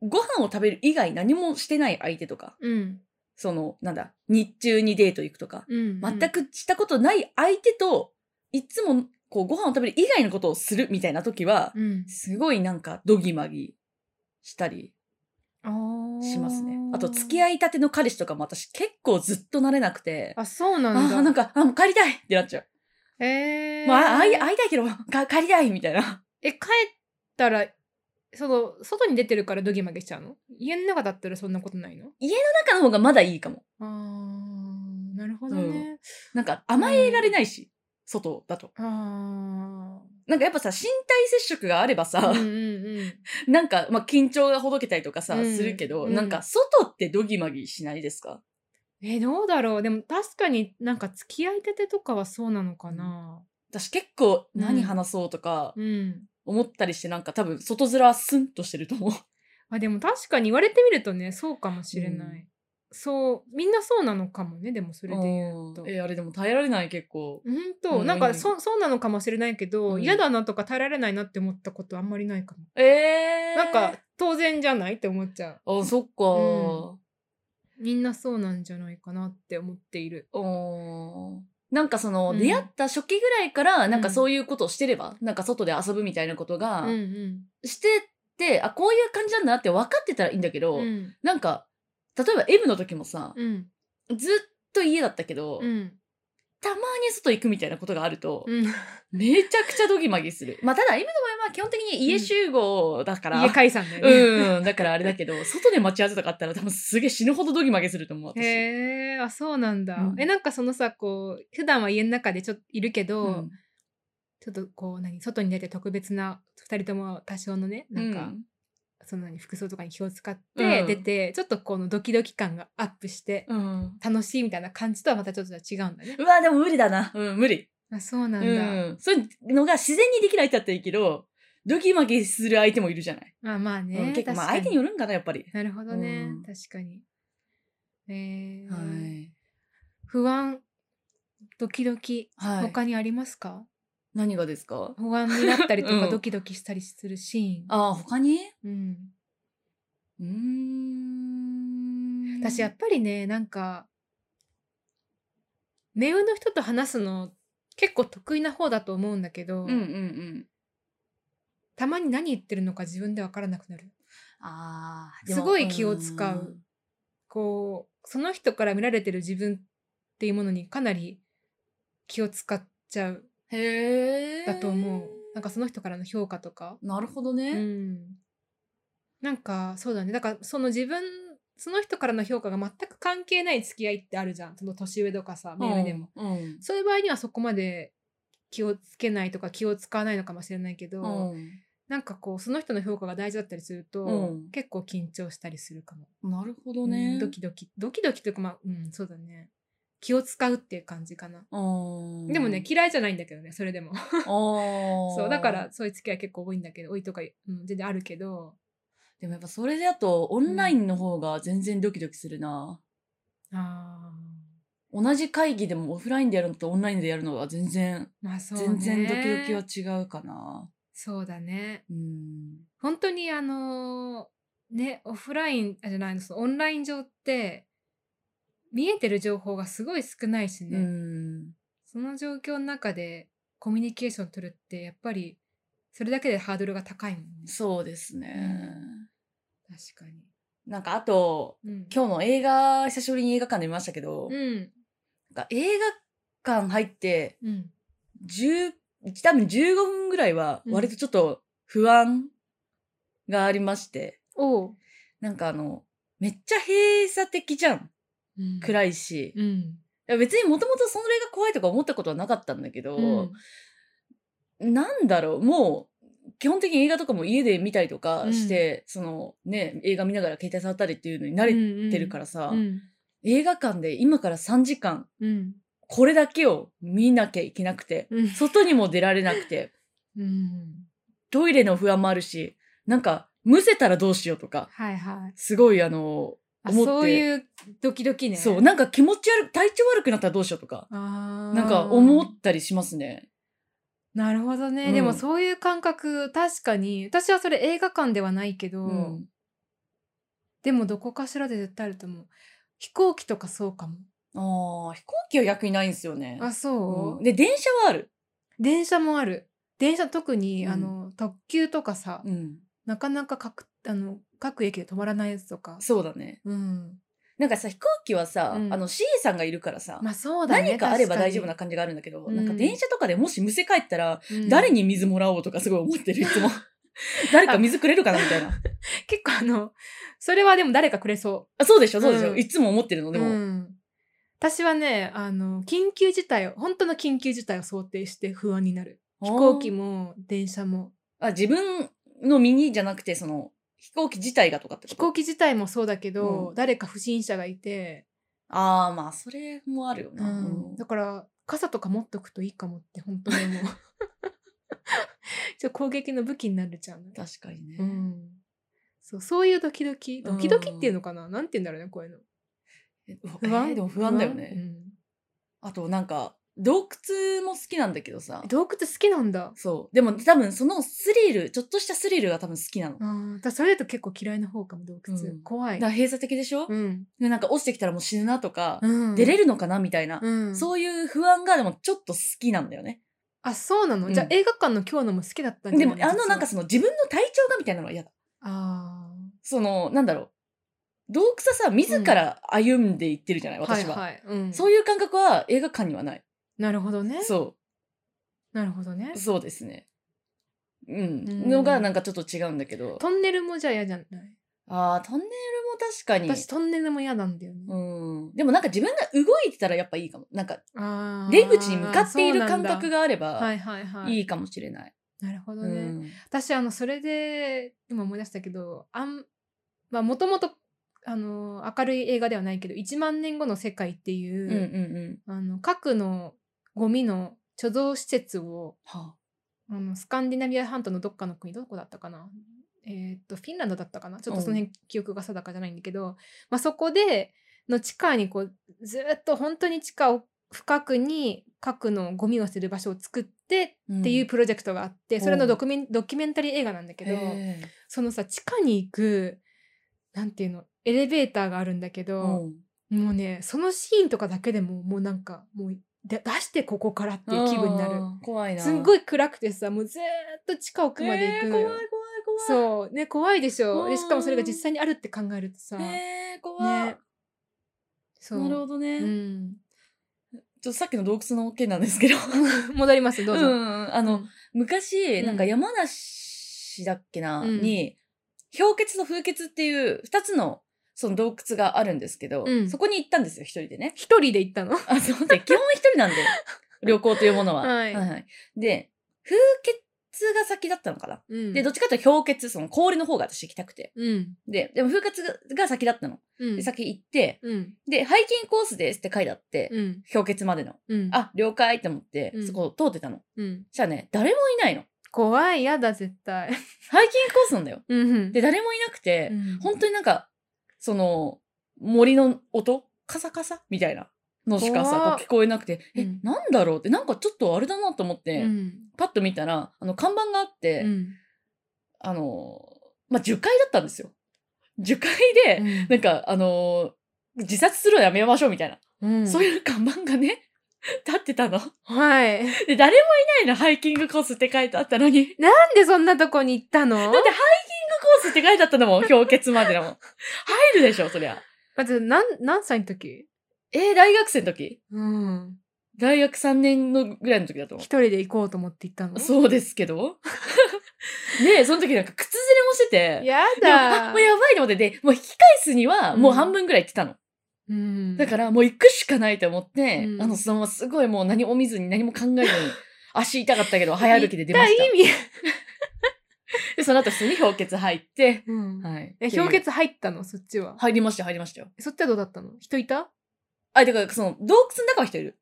Speaker 1: ご飯を食べる以外何もしてない相手とか、
Speaker 2: うん。
Speaker 1: その、なんだ、日中にデート行くとか、
Speaker 2: うん。
Speaker 1: 全くしたことない相手と、いつも、こう、ご飯を食べる以外のことをするみたいなときは、
Speaker 2: うん。
Speaker 1: すごいなんか、ドギマギしたり、
Speaker 2: あ
Speaker 1: しますね。あと、付き合
Speaker 2: い。
Speaker 1: いたての彼氏とかも私結構ずっと慣れなくて、あ
Speaker 2: あ、そうな
Speaker 1: あ
Speaker 2: んだ。
Speaker 1: ー、なんか、あ、もう帰りたいってなっちゃう。
Speaker 2: えー、
Speaker 1: まあ、会い会いたいけど、 か帰りたいみたいな。
Speaker 2: え、帰ったら、その、外に出てるからドギマギしちゃうの家の中だったらそんなことないの
Speaker 1: 中の方がまだいいかも。
Speaker 2: あー、なるほどね。
Speaker 1: なんか、甘えられないし、外だと。
Speaker 2: あ
Speaker 1: なんかやっぱさ、身体接触があれば
Speaker 2: あ。
Speaker 1: さ
Speaker 2: うん、うんうん。
Speaker 1: なんか、まあ、緊張がほどけたりとかさ、
Speaker 2: うん
Speaker 1: するけど、
Speaker 2: うん
Speaker 1: なんか、外ってドギマギしないですか
Speaker 2: え、どうだろうでも確かになんか付き合いたてとかはそうなのかな。
Speaker 1: 私結構、
Speaker 2: うん
Speaker 1: 何話そうとか、
Speaker 2: うん。
Speaker 1: 思ったりして、なんか多分、外面はスンとしてると思う。
Speaker 2: あでも確かに言われてみるとねそうかもしれない、そうみんなそうなのかもねでもそれで言うと
Speaker 1: うんえーあれでも耐えられない結構。
Speaker 2: うんと、
Speaker 1: うん
Speaker 2: なんかそそうなのかもしれないけど、
Speaker 1: うん
Speaker 2: 嫌だなとか耐えられないなって思ったことあんまりないかも、
Speaker 1: えー
Speaker 2: なんか当然じゃないって思っちゃう
Speaker 1: あ、そっかー。
Speaker 2: みんなそうなんじゃないかなって思っている
Speaker 1: おーなんかその、
Speaker 2: うん
Speaker 1: 出会った初期ぐらいから、なん
Speaker 2: う
Speaker 1: か
Speaker 2: ん
Speaker 1: そういうことをしてれば、なんか外で遊ぶみたいなこと
Speaker 2: う
Speaker 1: が
Speaker 2: ん、うん
Speaker 1: してって、あ、こういう感じなんだなって分かってたらいいんだけど、
Speaker 2: うん
Speaker 1: なんか、例えば M の時もさ、
Speaker 2: うん
Speaker 1: ずっと家だったけど、
Speaker 2: うん
Speaker 1: たまに外行くみたいなことがあると、
Speaker 2: うん
Speaker 1: めちゃくちゃドギマギする。まあ、ただ M の場合は基本的に家集合だから、
Speaker 2: 家解散だよね、
Speaker 1: う ん、だからあれだけ ど、外で待ち合わせとかあったら多分すげえ死ぬほどドギマギすると思う、私。
Speaker 2: へえあそうなんだ、
Speaker 1: うん
Speaker 2: えなんかそのさこう普段は家の中でちょっといるけど、
Speaker 1: うん
Speaker 2: ちょっとこう何外に出て特別な2人とも多少のねなん
Speaker 1: う
Speaker 2: か、
Speaker 1: ん
Speaker 2: その何服装とかに気を使って
Speaker 1: うん
Speaker 2: 出て、ちょっとこのドキドキ感がアップして
Speaker 1: うん。
Speaker 2: 楽しいみたいな感じとはまたちょっと違うんだね。
Speaker 1: うわ、でも無理だな。うん、無理。
Speaker 2: あそうなんだ。
Speaker 1: うん。そういうのが自然にできない人だったらいいけど、ドキマキする相手もいるじゃない。
Speaker 2: まあまあね。
Speaker 1: うん、結構、
Speaker 2: 確
Speaker 1: まあ
Speaker 2: か
Speaker 1: 相手によるんかな、やっぱり。
Speaker 2: なるほどね。
Speaker 1: うん
Speaker 2: 確かに。えー
Speaker 1: はい。
Speaker 2: 不安ドキドキ。
Speaker 1: はい。
Speaker 2: 他にありますか
Speaker 1: 何がですか
Speaker 2: 不安になったりと
Speaker 1: う
Speaker 2: か
Speaker 1: ん
Speaker 2: ドキドキしたりするシーン。
Speaker 1: ああ、他に
Speaker 2: うん。
Speaker 1: うーん。
Speaker 2: 私やっぱりね、なんか、目上の人と話すの結構得意な方だと思うんだけど、
Speaker 1: うんうんうん。
Speaker 2: たまに何言ってるのか自分でわからなくなる。
Speaker 1: ああ、でも
Speaker 2: すごい気を使う。こう、その人から見られてる自分っていうものにかなり気を使っちゃう、
Speaker 1: んへえ。
Speaker 2: だと思う。なんかその人からの評価とか。
Speaker 1: なるほど
Speaker 2: う
Speaker 1: ね。
Speaker 2: ん。なんか、そうだね。だから、その自分、その人からの評価が全く関係ない付き合いってあるじゃん。その年上とかさ、目上でも。
Speaker 1: うん。
Speaker 2: そういう場合にはそこまで気をつけないとか気を使わないのかもしれないけど、
Speaker 1: うん。
Speaker 2: なんかこう、その人の評価が大事だったりすると、
Speaker 1: うん
Speaker 2: 結構緊張したりするかも。
Speaker 1: なるほど
Speaker 2: う
Speaker 1: ね
Speaker 2: ん。ドキドキ。ドキドキというか、まあ、うん、そうだね。気を使うっていう感じかな。
Speaker 1: うん。
Speaker 2: でもね、嫌いじゃないんだけどね、それでも。
Speaker 1: そ
Speaker 2: そう、だか。ら、そういう付き合い結構多いんだけど、多いとか、うん、全然あるけど、
Speaker 1: でもやっぱそれだとオンラインの方が全然ドキドキするな。
Speaker 2: ああ。
Speaker 1: 同じ会議でもオフラインでやるのとオンラインでやるのは全然、
Speaker 2: まあそうね。
Speaker 1: 全然ドキドキは違うかな。
Speaker 2: そうだね。
Speaker 1: うん。
Speaker 2: 本当にあのーね、オフライン、あじゃないの、そのオンライン上って、見えてる情報がすごい少ないしね、
Speaker 1: うん。
Speaker 2: その状況の中でコミュニケーション取るって、やっぱり、それだけでハードルが高いもんね。
Speaker 1: そうですね。
Speaker 2: 確かに。
Speaker 1: なんかあと、
Speaker 2: うん。
Speaker 1: 今日の映画、久しぶりに映画館で見ましたけど、
Speaker 2: うん。
Speaker 1: なんか映画館入って、
Speaker 2: うん。
Speaker 1: 10、多分15分ぐらいは
Speaker 2: うん
Speaker 1: 割とちょっと不安がありまして、
Speaker 2: おう。
Speaker 1: なんかあの、めっちゃ閉鎖的じゃん。
Speaker 2: うん
Speaker 1: 暗いし。
Speaker 2: う
Speaker 1: い
Speaker 2: ん。
Speaker 1: や別にもともとそれが怖いとか思ったことはなかったんだけど、
Speaker 2: うん
Speaker 1: なんだろう、もう、基本的に映画とかも家で見たりとかして、そのね、映画見ながら携帯触ったりっていうのに慣れてるからさ、
Speaker 2: うん。
Speaker 1: 映画館で今から3時間、
Speaker 2: うん。
Speaker 1: これだけを見なきゃいけなくて、
Speaker 2: うん。
Speaker 1: 外にも出られなくて、
Speaker 2: うん。
Speaker 1: トイレの不安もあるし、なんか、むせたらどうしようとか、
Speaker 2: はいはい。
Speaker 1: すごいあの、
Speaker 2: あ
Speaker 1: 思って
Speaker 2: そういうドキドキね。
Speaker 1: そう、なんか気持ち悪く、体調悪くなったらどうしようとか、
Speaker 2: あー
Speaker 1: なんか思ったりしますね。
Speaker 2: なるほどね、
Speaker 1: うん
Speaker 2: でもそういう感覚確かに私はそれ映画館ではないけど、
Speaker 1: うん。
Speaker 2: でもどこかしらで絶対あると思う飛行機とかそうかも
Speaker 1: ああ、飛行機は逆にないんですよね。
Speaker 2: あそう、
Speaker 1: うんで、電車はある。
Speaker 2: 電車もある電車特に、
Speaker 1: うん
Speaker 2: あの特急とかさ、
Speaker 1: うん。
Speaker 2: なかなか各あの各駅で止まらないやつとか
Speaker 1: そうだね。
Speaker 2: うん
Speaker 1: なんかさ、飛行機はさ、
Speaker 2: うん
Speaker 1: あの、CA さんがいるからさ、
Speaker 2: まあそうだね
Speaker 1: 何かあれば大丈夫な
Speaker 2: 確
Speaker 1: 感じがあるんだけど、
Speaker 2: うん
Speaker 1: なんか電車とかでもしむせ帰ったら、
Speaker 2: かにうん
Speaker 1: 誰に水もらおうとかすごい思ってる、い つも。誰か水くれるかなみたいな。
Speaker 2: 結構あのそれはでも誰かくれそ
Speaker 1: あそうでしょ、そうでしょ。
Speaker 2: うん
Speaker 1: いつも思ってるの、
Speaker 2: う
Speaker 1: でも。
Speaker 2: うん私はねあの緊急事態を本当の緊急事態を想定して不安になる飛行機
Speaker 1: も。
Speaker 2: も電車も
Speaker 1: あ、自分の身にじゃなくて、その、飛行機自体がとかってこ
Speaker 2: 飛
Speaker 1: と
Speaker 2: 行機自体もそうだけど、
Speaker 1: うん
Speaker 2: 誰か不審者がいて、
Speaker 1: ああ、まあ、それもあるよな。うん
Speaker 2: だから傘とか持っとくといいかもって本当に 思うちょ攻撃の武器になるじゃん、
Speaker 1: 確かにね。
Speaker 2: うん、そうそういうドキドキドキドキっていうのかな、なんて言うんだろうねこういうの
Speaker 1: え不安、えーでも不安だよね。あと、なんか、洞窟も好きなんだけどさ
Speaker 2: うん。洞窟好きなんだ
Speaker 1: そう。でも多分そのスリル、ちょっとしたスリルが多分好きなの。
Speaker 2: あ
Speaker 1: だか
Speaker 2: ーだからそれだと結構嫌いな方かも洞窟、
Speaker 1: うん
Speaker 2: 怖い
Speaker 1: ら閉鎖的でしょ、
Speaker 2: うん
Speaker 1: でなんか落ちてきたらもう死ぬなとか、
Speaker 2: うん、
Speaker 1: 出れ
Speaker 2: る、
Speaker 1: るのかなみたいな、
Speaker 2: うん、
Speaker 1: そういう不安がでもちょっと好きなんだよね。
Speaker 2: あそうなの、じゃあ
Speaker 1: うん
Speaker 2: 映画館の今日のも好きだったんじ
Speaker 1: で
Speaker 2: ゃな
Speaker 1: も
Speaker 2: い
Speaker 1: あのなんか
Speaker 2: 実は
Speaker 1: その自分の体調がみたいなのは嫌だ。
Speaker 2: あー
Speaker 1: その、なんだろう。洞窟はさ、自ら歩んでいってるじゃない、私は、
Speaker 2: いいうん、
Speaker 1: そういう感覚は映画館にはない。
Speaker 2: なるほどね
Speaker 1: そ
Speaker 2: なるほどね
Speaker 1: う。そうですね。うん。
Speaker 2: うん
Speaker 1: のがなんかちょっと違うんだけど。
Speaker 2: トンネルもじゃあ嫌じゃない
Speaker 1: ああ、トンネルも確かに。
Speaker 2: 私トンネルも嫌なんだよね、
Speaker 1: うん。でもなんか自分が動いてたらやっぱいいかも。なんか
Speaker 2: あー
Speaker 1: 出口に向かっている感覚
Speaker 2: が
Speaker 1: があれ
Speaker 2: は
Speaker 1: ば
Speaker 2: いはいはい
Speaker 1: いいかもしれない。
Speaker 2: なるほど
Speaker 1: う
Speaker 2: ね、
Speaker 1: ん
Speaker 2: 私あのそれで今思い出したけどあんまあもともとあの明るい映画ではないけど「1万年後の世界」ってい
Speaker 1: うんうんうん。
Speaker 2: う、あの核のゴミの貯蔵施設を
Speaker 1: は
Speaker 2: あのスカンディナビア半島のどっかの国どこだったかなえーっとフィンランドだったかなちょっとその辺記憶が定かじゃないんだけど、まあ、そこでの地下にこうずーっと本当に地下深くに核のゴミを捨てる場所を作ってっていううプロジェクトがあって、それ
Speaker 1: お
Speaker 2: の
Speaker 1: う
Speaker 2: ドキュメンドキュメンタリー映画なんだけど、
Speaker 1: へー
Speaker 2: そのさ、地下に行く、なんていうの、エレベーターがあるんだけど、
Speaker 1: うん
Speaker 2: もうね、そのシーンとかだけでも、もうなんか、もうで出してここからっていう気分になる。
Speaker 1: あー怖いな
Speaker 2: すんご
Speaker 1: い
Speaker 2: い暗くてさ、もうずーっと地下奥まで行くの
Speaker 1: えー
Speaker 2: よ。
Speaker 1: 怖い怖い怖い
Speaker 2: そう。ね、怖いでしょ。
Speaker 1: う
Speaker 2: で
Speaker 1: ん
Speaker 2: しかもそれが実際にあるって考えるとさ。
Speaker 1: えー、怖い、
Speaker 2: ね。そう。
Speaker 1: なるほどね、
Speaker 2: う
Speaker 1: ちょ
Speaker 2: ん。
Speaker 1: っとさっきの洞窟の件なんですけど
Speaker 2: 戻ります、 どうぞ。
Speaker 1: ん、あの、昔、
Speaker 2: うん
Speaker 1: なんか山梨だっけな、
Speaker 2: うん
Speaker 1: に氷結と風結っていう2つのその洞窟があるんですけど、
Speaker 2: うん
Speaker 1: そこに行ったんですよ一人で ね。
Speaker 2: 一人で行ったの
Speaker 1: あそうで基本一人なん で旅行というものは。
Speaker 2: はい
Speaker 1: で風結が先だったのかな。
Speaker 2: うん
Speaker 1: でどっちかというと氷結その氷の方が私行きたくて。
Speaker 2: うん。
Speaker 1: ででも風結がが先だったの。
Speaker 2: うん。
Speaker 1: で先行って
Speaker 2: うん。
Speaker 1: でハイキングコースですって書いてあって、
Speaker 2: うん。
Speaker 1: 氷結までの。
Speaker 2: うん。
Speaker 1: あ了解って思って、
Speaker 2: うん
Speaker 1: そこを通ってたの。
Speaker 2: うん。
Speaker 1: じゃあね誰もいないの。
Speaker 2: 怖い、やだ、絶対。
Speaker 1: ハイキングコースなんだよ。
Speaker 2: うんうん。
Speaker 1: で、誰もいなくて、
Speaker 2: うん
Speaker 1: 本当になんか、その、森の音カサカサみたいなのしかさ、
Speaker 2: 怖っ
Speaker 1: こう聞こえなくて、
Speaker 2: う
Speaker 1: え
Speaker 2: ん、
Speaker 1: なんだろうって、なんかちょっとあれだなと思って、
Speaker 2: うん。
Speaker 1: パッと見たら、あの、看板があって、
Speaker 2: うん。
Speaker 1: あの、まあ、樹海だったんですよ。樹海で、
Speaker 2: うん
Speaker 1: なんか、あの、自殺するのやめましょうみたいな、
Speaker 2: うん
Speaker 1: そういう看板がね、立ってたの。
Speaker 2: はい。なん
Speaker 1: で、誰もいないの、ハイキングコースって書いてあったのに。
Speaker 2: でそんなとこに行ったの
Speaker 1: だってハイキングコースって書いてあったのもん、氷結までのも ん。入るでしょ、そりゃ。
Speaker 2: まず、なん、何歳の時
Speaker 1: えー、大学生の時
Speaker 2: うん。
Speaker 1: 大学3年のぐらいの時だと思
Speaker 2: 一人で行こうと思って行ったの
Speaker 1: う。そうですけ ど。ねえ、その時なんか靴ずれもしてて。
Speaker 2: や
Speaker 1: でもあ
Speaker 2: だ
Speaker 1: もう。やばいと思ってで、もう引き返すにはもう半分ぐらい行ってたの。
Speaker 2: うん
Speaker 1: だからもう行くしかないと思って、
Speaker 2: うん
Speaker 1: あの、そのまますごいもう何も見ずに何も考えず に、足痛かったけど早歩きで出まし
Speaker 2: 行
Speaker 1: た
Speaker 2: っ。意味。
Speaker 1: で、その後普通に氷結入って、
Speaker 2: うん。
Speaker 1: はい。
Speaker 2: え、氷結入ったのそっちは。
Speaker 1: 入りましたよ、入りましたよ。
Speaker 2: そっちはどうだったの人いた
Speaker 1: あ、てか、その、洞窟の中は人いる。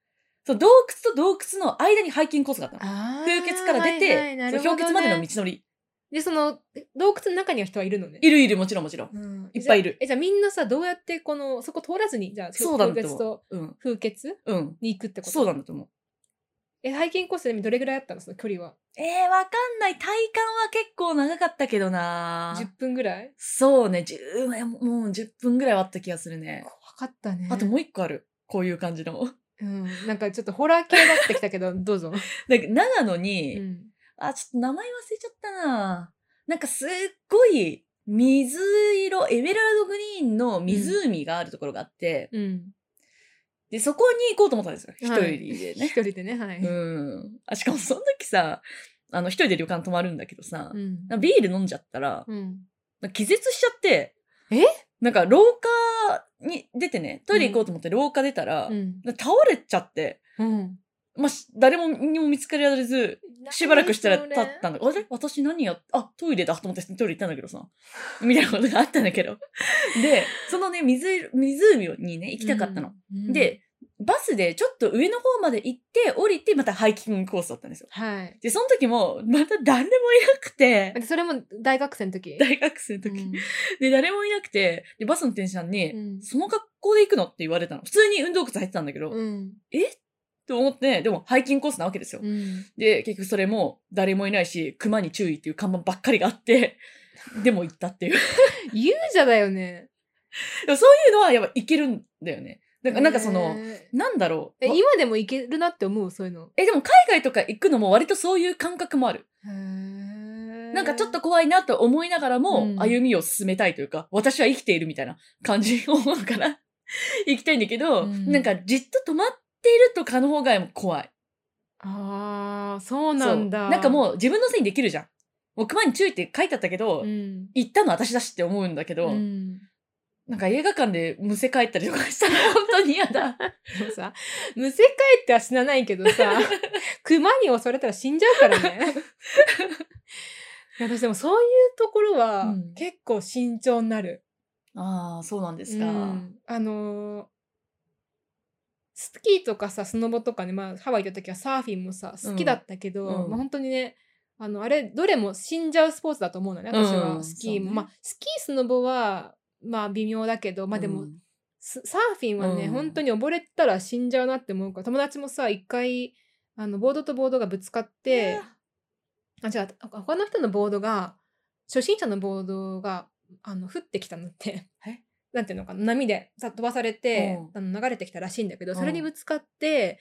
Speaker 1: そう、洞窟と洞窟の間にハイキングコースがあったの。
Speaker 2: あ
Speaker 1: 風結から出て、そう氷結までの道のり。
Speaker 2: で、その、洞窟の中には人はいるのね。
Speaker 1: いるいる、もちろんもちろん。
Speaker 2: うん
Speaker 1: いっぱいいる
Speaker 2: じゃあえ、じゃあみんなさ、どうやってこの、そこ通らずに、じゃあ、
Speaker 1: そうなんだ
Speaker 2: 風
Speaker 1: と
Speaker 2: 穴
Speaker 1: 思
Speaker 2: と
Speaker 1: う。うん。
Speaker 2: 風穴
Speaker 1: うん。
Speaker 2: に行くってこと
Speaker 1: そうなんだと思う。
Speaker 2: え、ハイキングコースでどれぐらいあったのその距離は。
Speaker 1: えー、わかんない。体感は結構長かったけどな
Speaker 2: 10分ぐらい
Speaker 1: そうね、10えもうもう10分ぐらいはあった気がするね。
Speaker 2: 怖かったね。
Speaker 1: あともう一個ある。こういう感じの。
Speaker 2: うん。なんかちょっとホラー系になってきたけど、 どうぞ。
Speaker 1: なんか長野
Speaker 2: う
Speaker 1: に、
Speaker 2: ん。
Speaker 1: あ、ちょっと名前忘れちゃったななんかすっごい水色、エメラルドグリーンの湖があるところがあって、
Speaker 2: うん。
Speaker 1: で、そこに行こうと思ったんですよ。一人
Speaker 2: はい
Speaker 1: で
Speaker 2: 一
Speaker 1: ね。
Speaker 2: 人でね、はい。
Speaker 1: うん。あ、しかもその時さ、あの、一人で旅館泊まるんだけどさ、
Speaker 2: うん
Speaker 1: なんかビール飲んじゃったら、
Speaker 2: うん。
Speaker 1: なんか気絶しちゃって、
Speaker 2: え
Speaker 1: なんか廊下に出てね、トイレ行こうと思って廊下出たら、
Speaker 2: うん。
Speaker 1: なんか倒れちゃって、
Speaker 2: うん。
Speaker 1: まあ、し誰もにも見つからず、しばらくしたら立ったんだ。あれ私何やっあ、トイレだと思ってトイレ行ったんだけどさ。みたいなことがあったんだけど。で、そのね、水、湖にね、行きたかったの。。
Speaker 2: うん、
Speaker 1: で、バスでちょっと上の方まで行って、降りて、またハイキングコースだったんですよ。
Speaker 2: はい。
Speaker 1: で、その時も、また誰もいなくて、
Speaker 2: でそれも大学生の時
Speaker 1: 大学生の時。で、誰もいなくて、で、バスの店員さんに、
Speaker 2: うん
Speaker 1: その格好で行くのって言われたの。普通に運動靴入ってたんだけど、
Speaker 2: うん。
Speaker 1: えと思って、でも、ハイキングコースなわけですよ。
Speaker 2: うん。
Speaker 1: で、結局それも、誰もいないし、熊に注意っていう看板ばっかりがあって、 でも行ったっていう。
Speaker 2: 勇者だよね。
Speaker 1: でもそういうのは、やっぱ行けるんだよね。なんか、なんかその、
Speaker 2: ね
Speaker 1: なんだろう。
Speaker 2: え、今でもいけるなって思う、そういうの。
Speaker 1: え、でも海外とか行くのも割とそういう感覚もある。な
Speaker 2: なん
Speaker 1: かちょっと、怖いなと思いながらも、
Speaker 2: うん
Speaker 1: 歩みを進めたいというか、私は生きているみたいな感じ を思うから、行きたいんだけど、
Speaker 2: うん
Speaker 1: なんかじっと止まっているとかの方が怖い。
Speaker 2: ああ、そうなん
Speaker 1: そ
Speaker 2: だ。
Speaker 1: うなんか
Speaker 2: う、
Speaker 1: もう自分のせいにできるじゃん。もう熊に注意って書いてあったけど、
Speaker 2: うん。
Speaker 1: 行ったの私だしって思うんだけど、
Speaker 2: うん
Speaker 1: なんか映画館でむせ帰ったりとかしたら 本当に嫌 だ。
Speaker 2: でもさ、むせ返っては死なないけ どさ、熊に襲われたら死んじゃうからね。いや私でもそういうところは
Speaker 1: うん
Speaker 2: 結構慎重になる。
Speaker 1: ああ、そうなんです
Speaker 2: う
Speaker 1: か。
Speaker 2: んあのースキーとかさスノボとかね、まあ、ハワイ行った時はサーフィンもさ好きだったけど、
Speaker 1: うん
Speaker 2: まあ、本当にねあのあれどれも死んじゃうスポーツだと思うのね私
Speaker 1: う
Speaker 2: は
Speaker 1: ん
Speaker 2: スキー
Speaker 1: そ
Speaker 2: も、
Speaker 1: うね
Speaker 2: まあスキースノボはまあ微妙だけどまあでも、
Speaker 1: うん
Speaker 2: すサーフィンはね、
Speaker 1: うん
Speaker 2: 本当に溺れたら死んじゃうなって思うから友達もさ一回あのボードとボードがぶつかって、あ違う他の人のボードが初心者のボードがあの降ってきたのって
Speaker 1: え
Speaker 2: なんていうのかな波でさ飛ばされて、あの流れてきたらしいんだけどそれにぶつかって、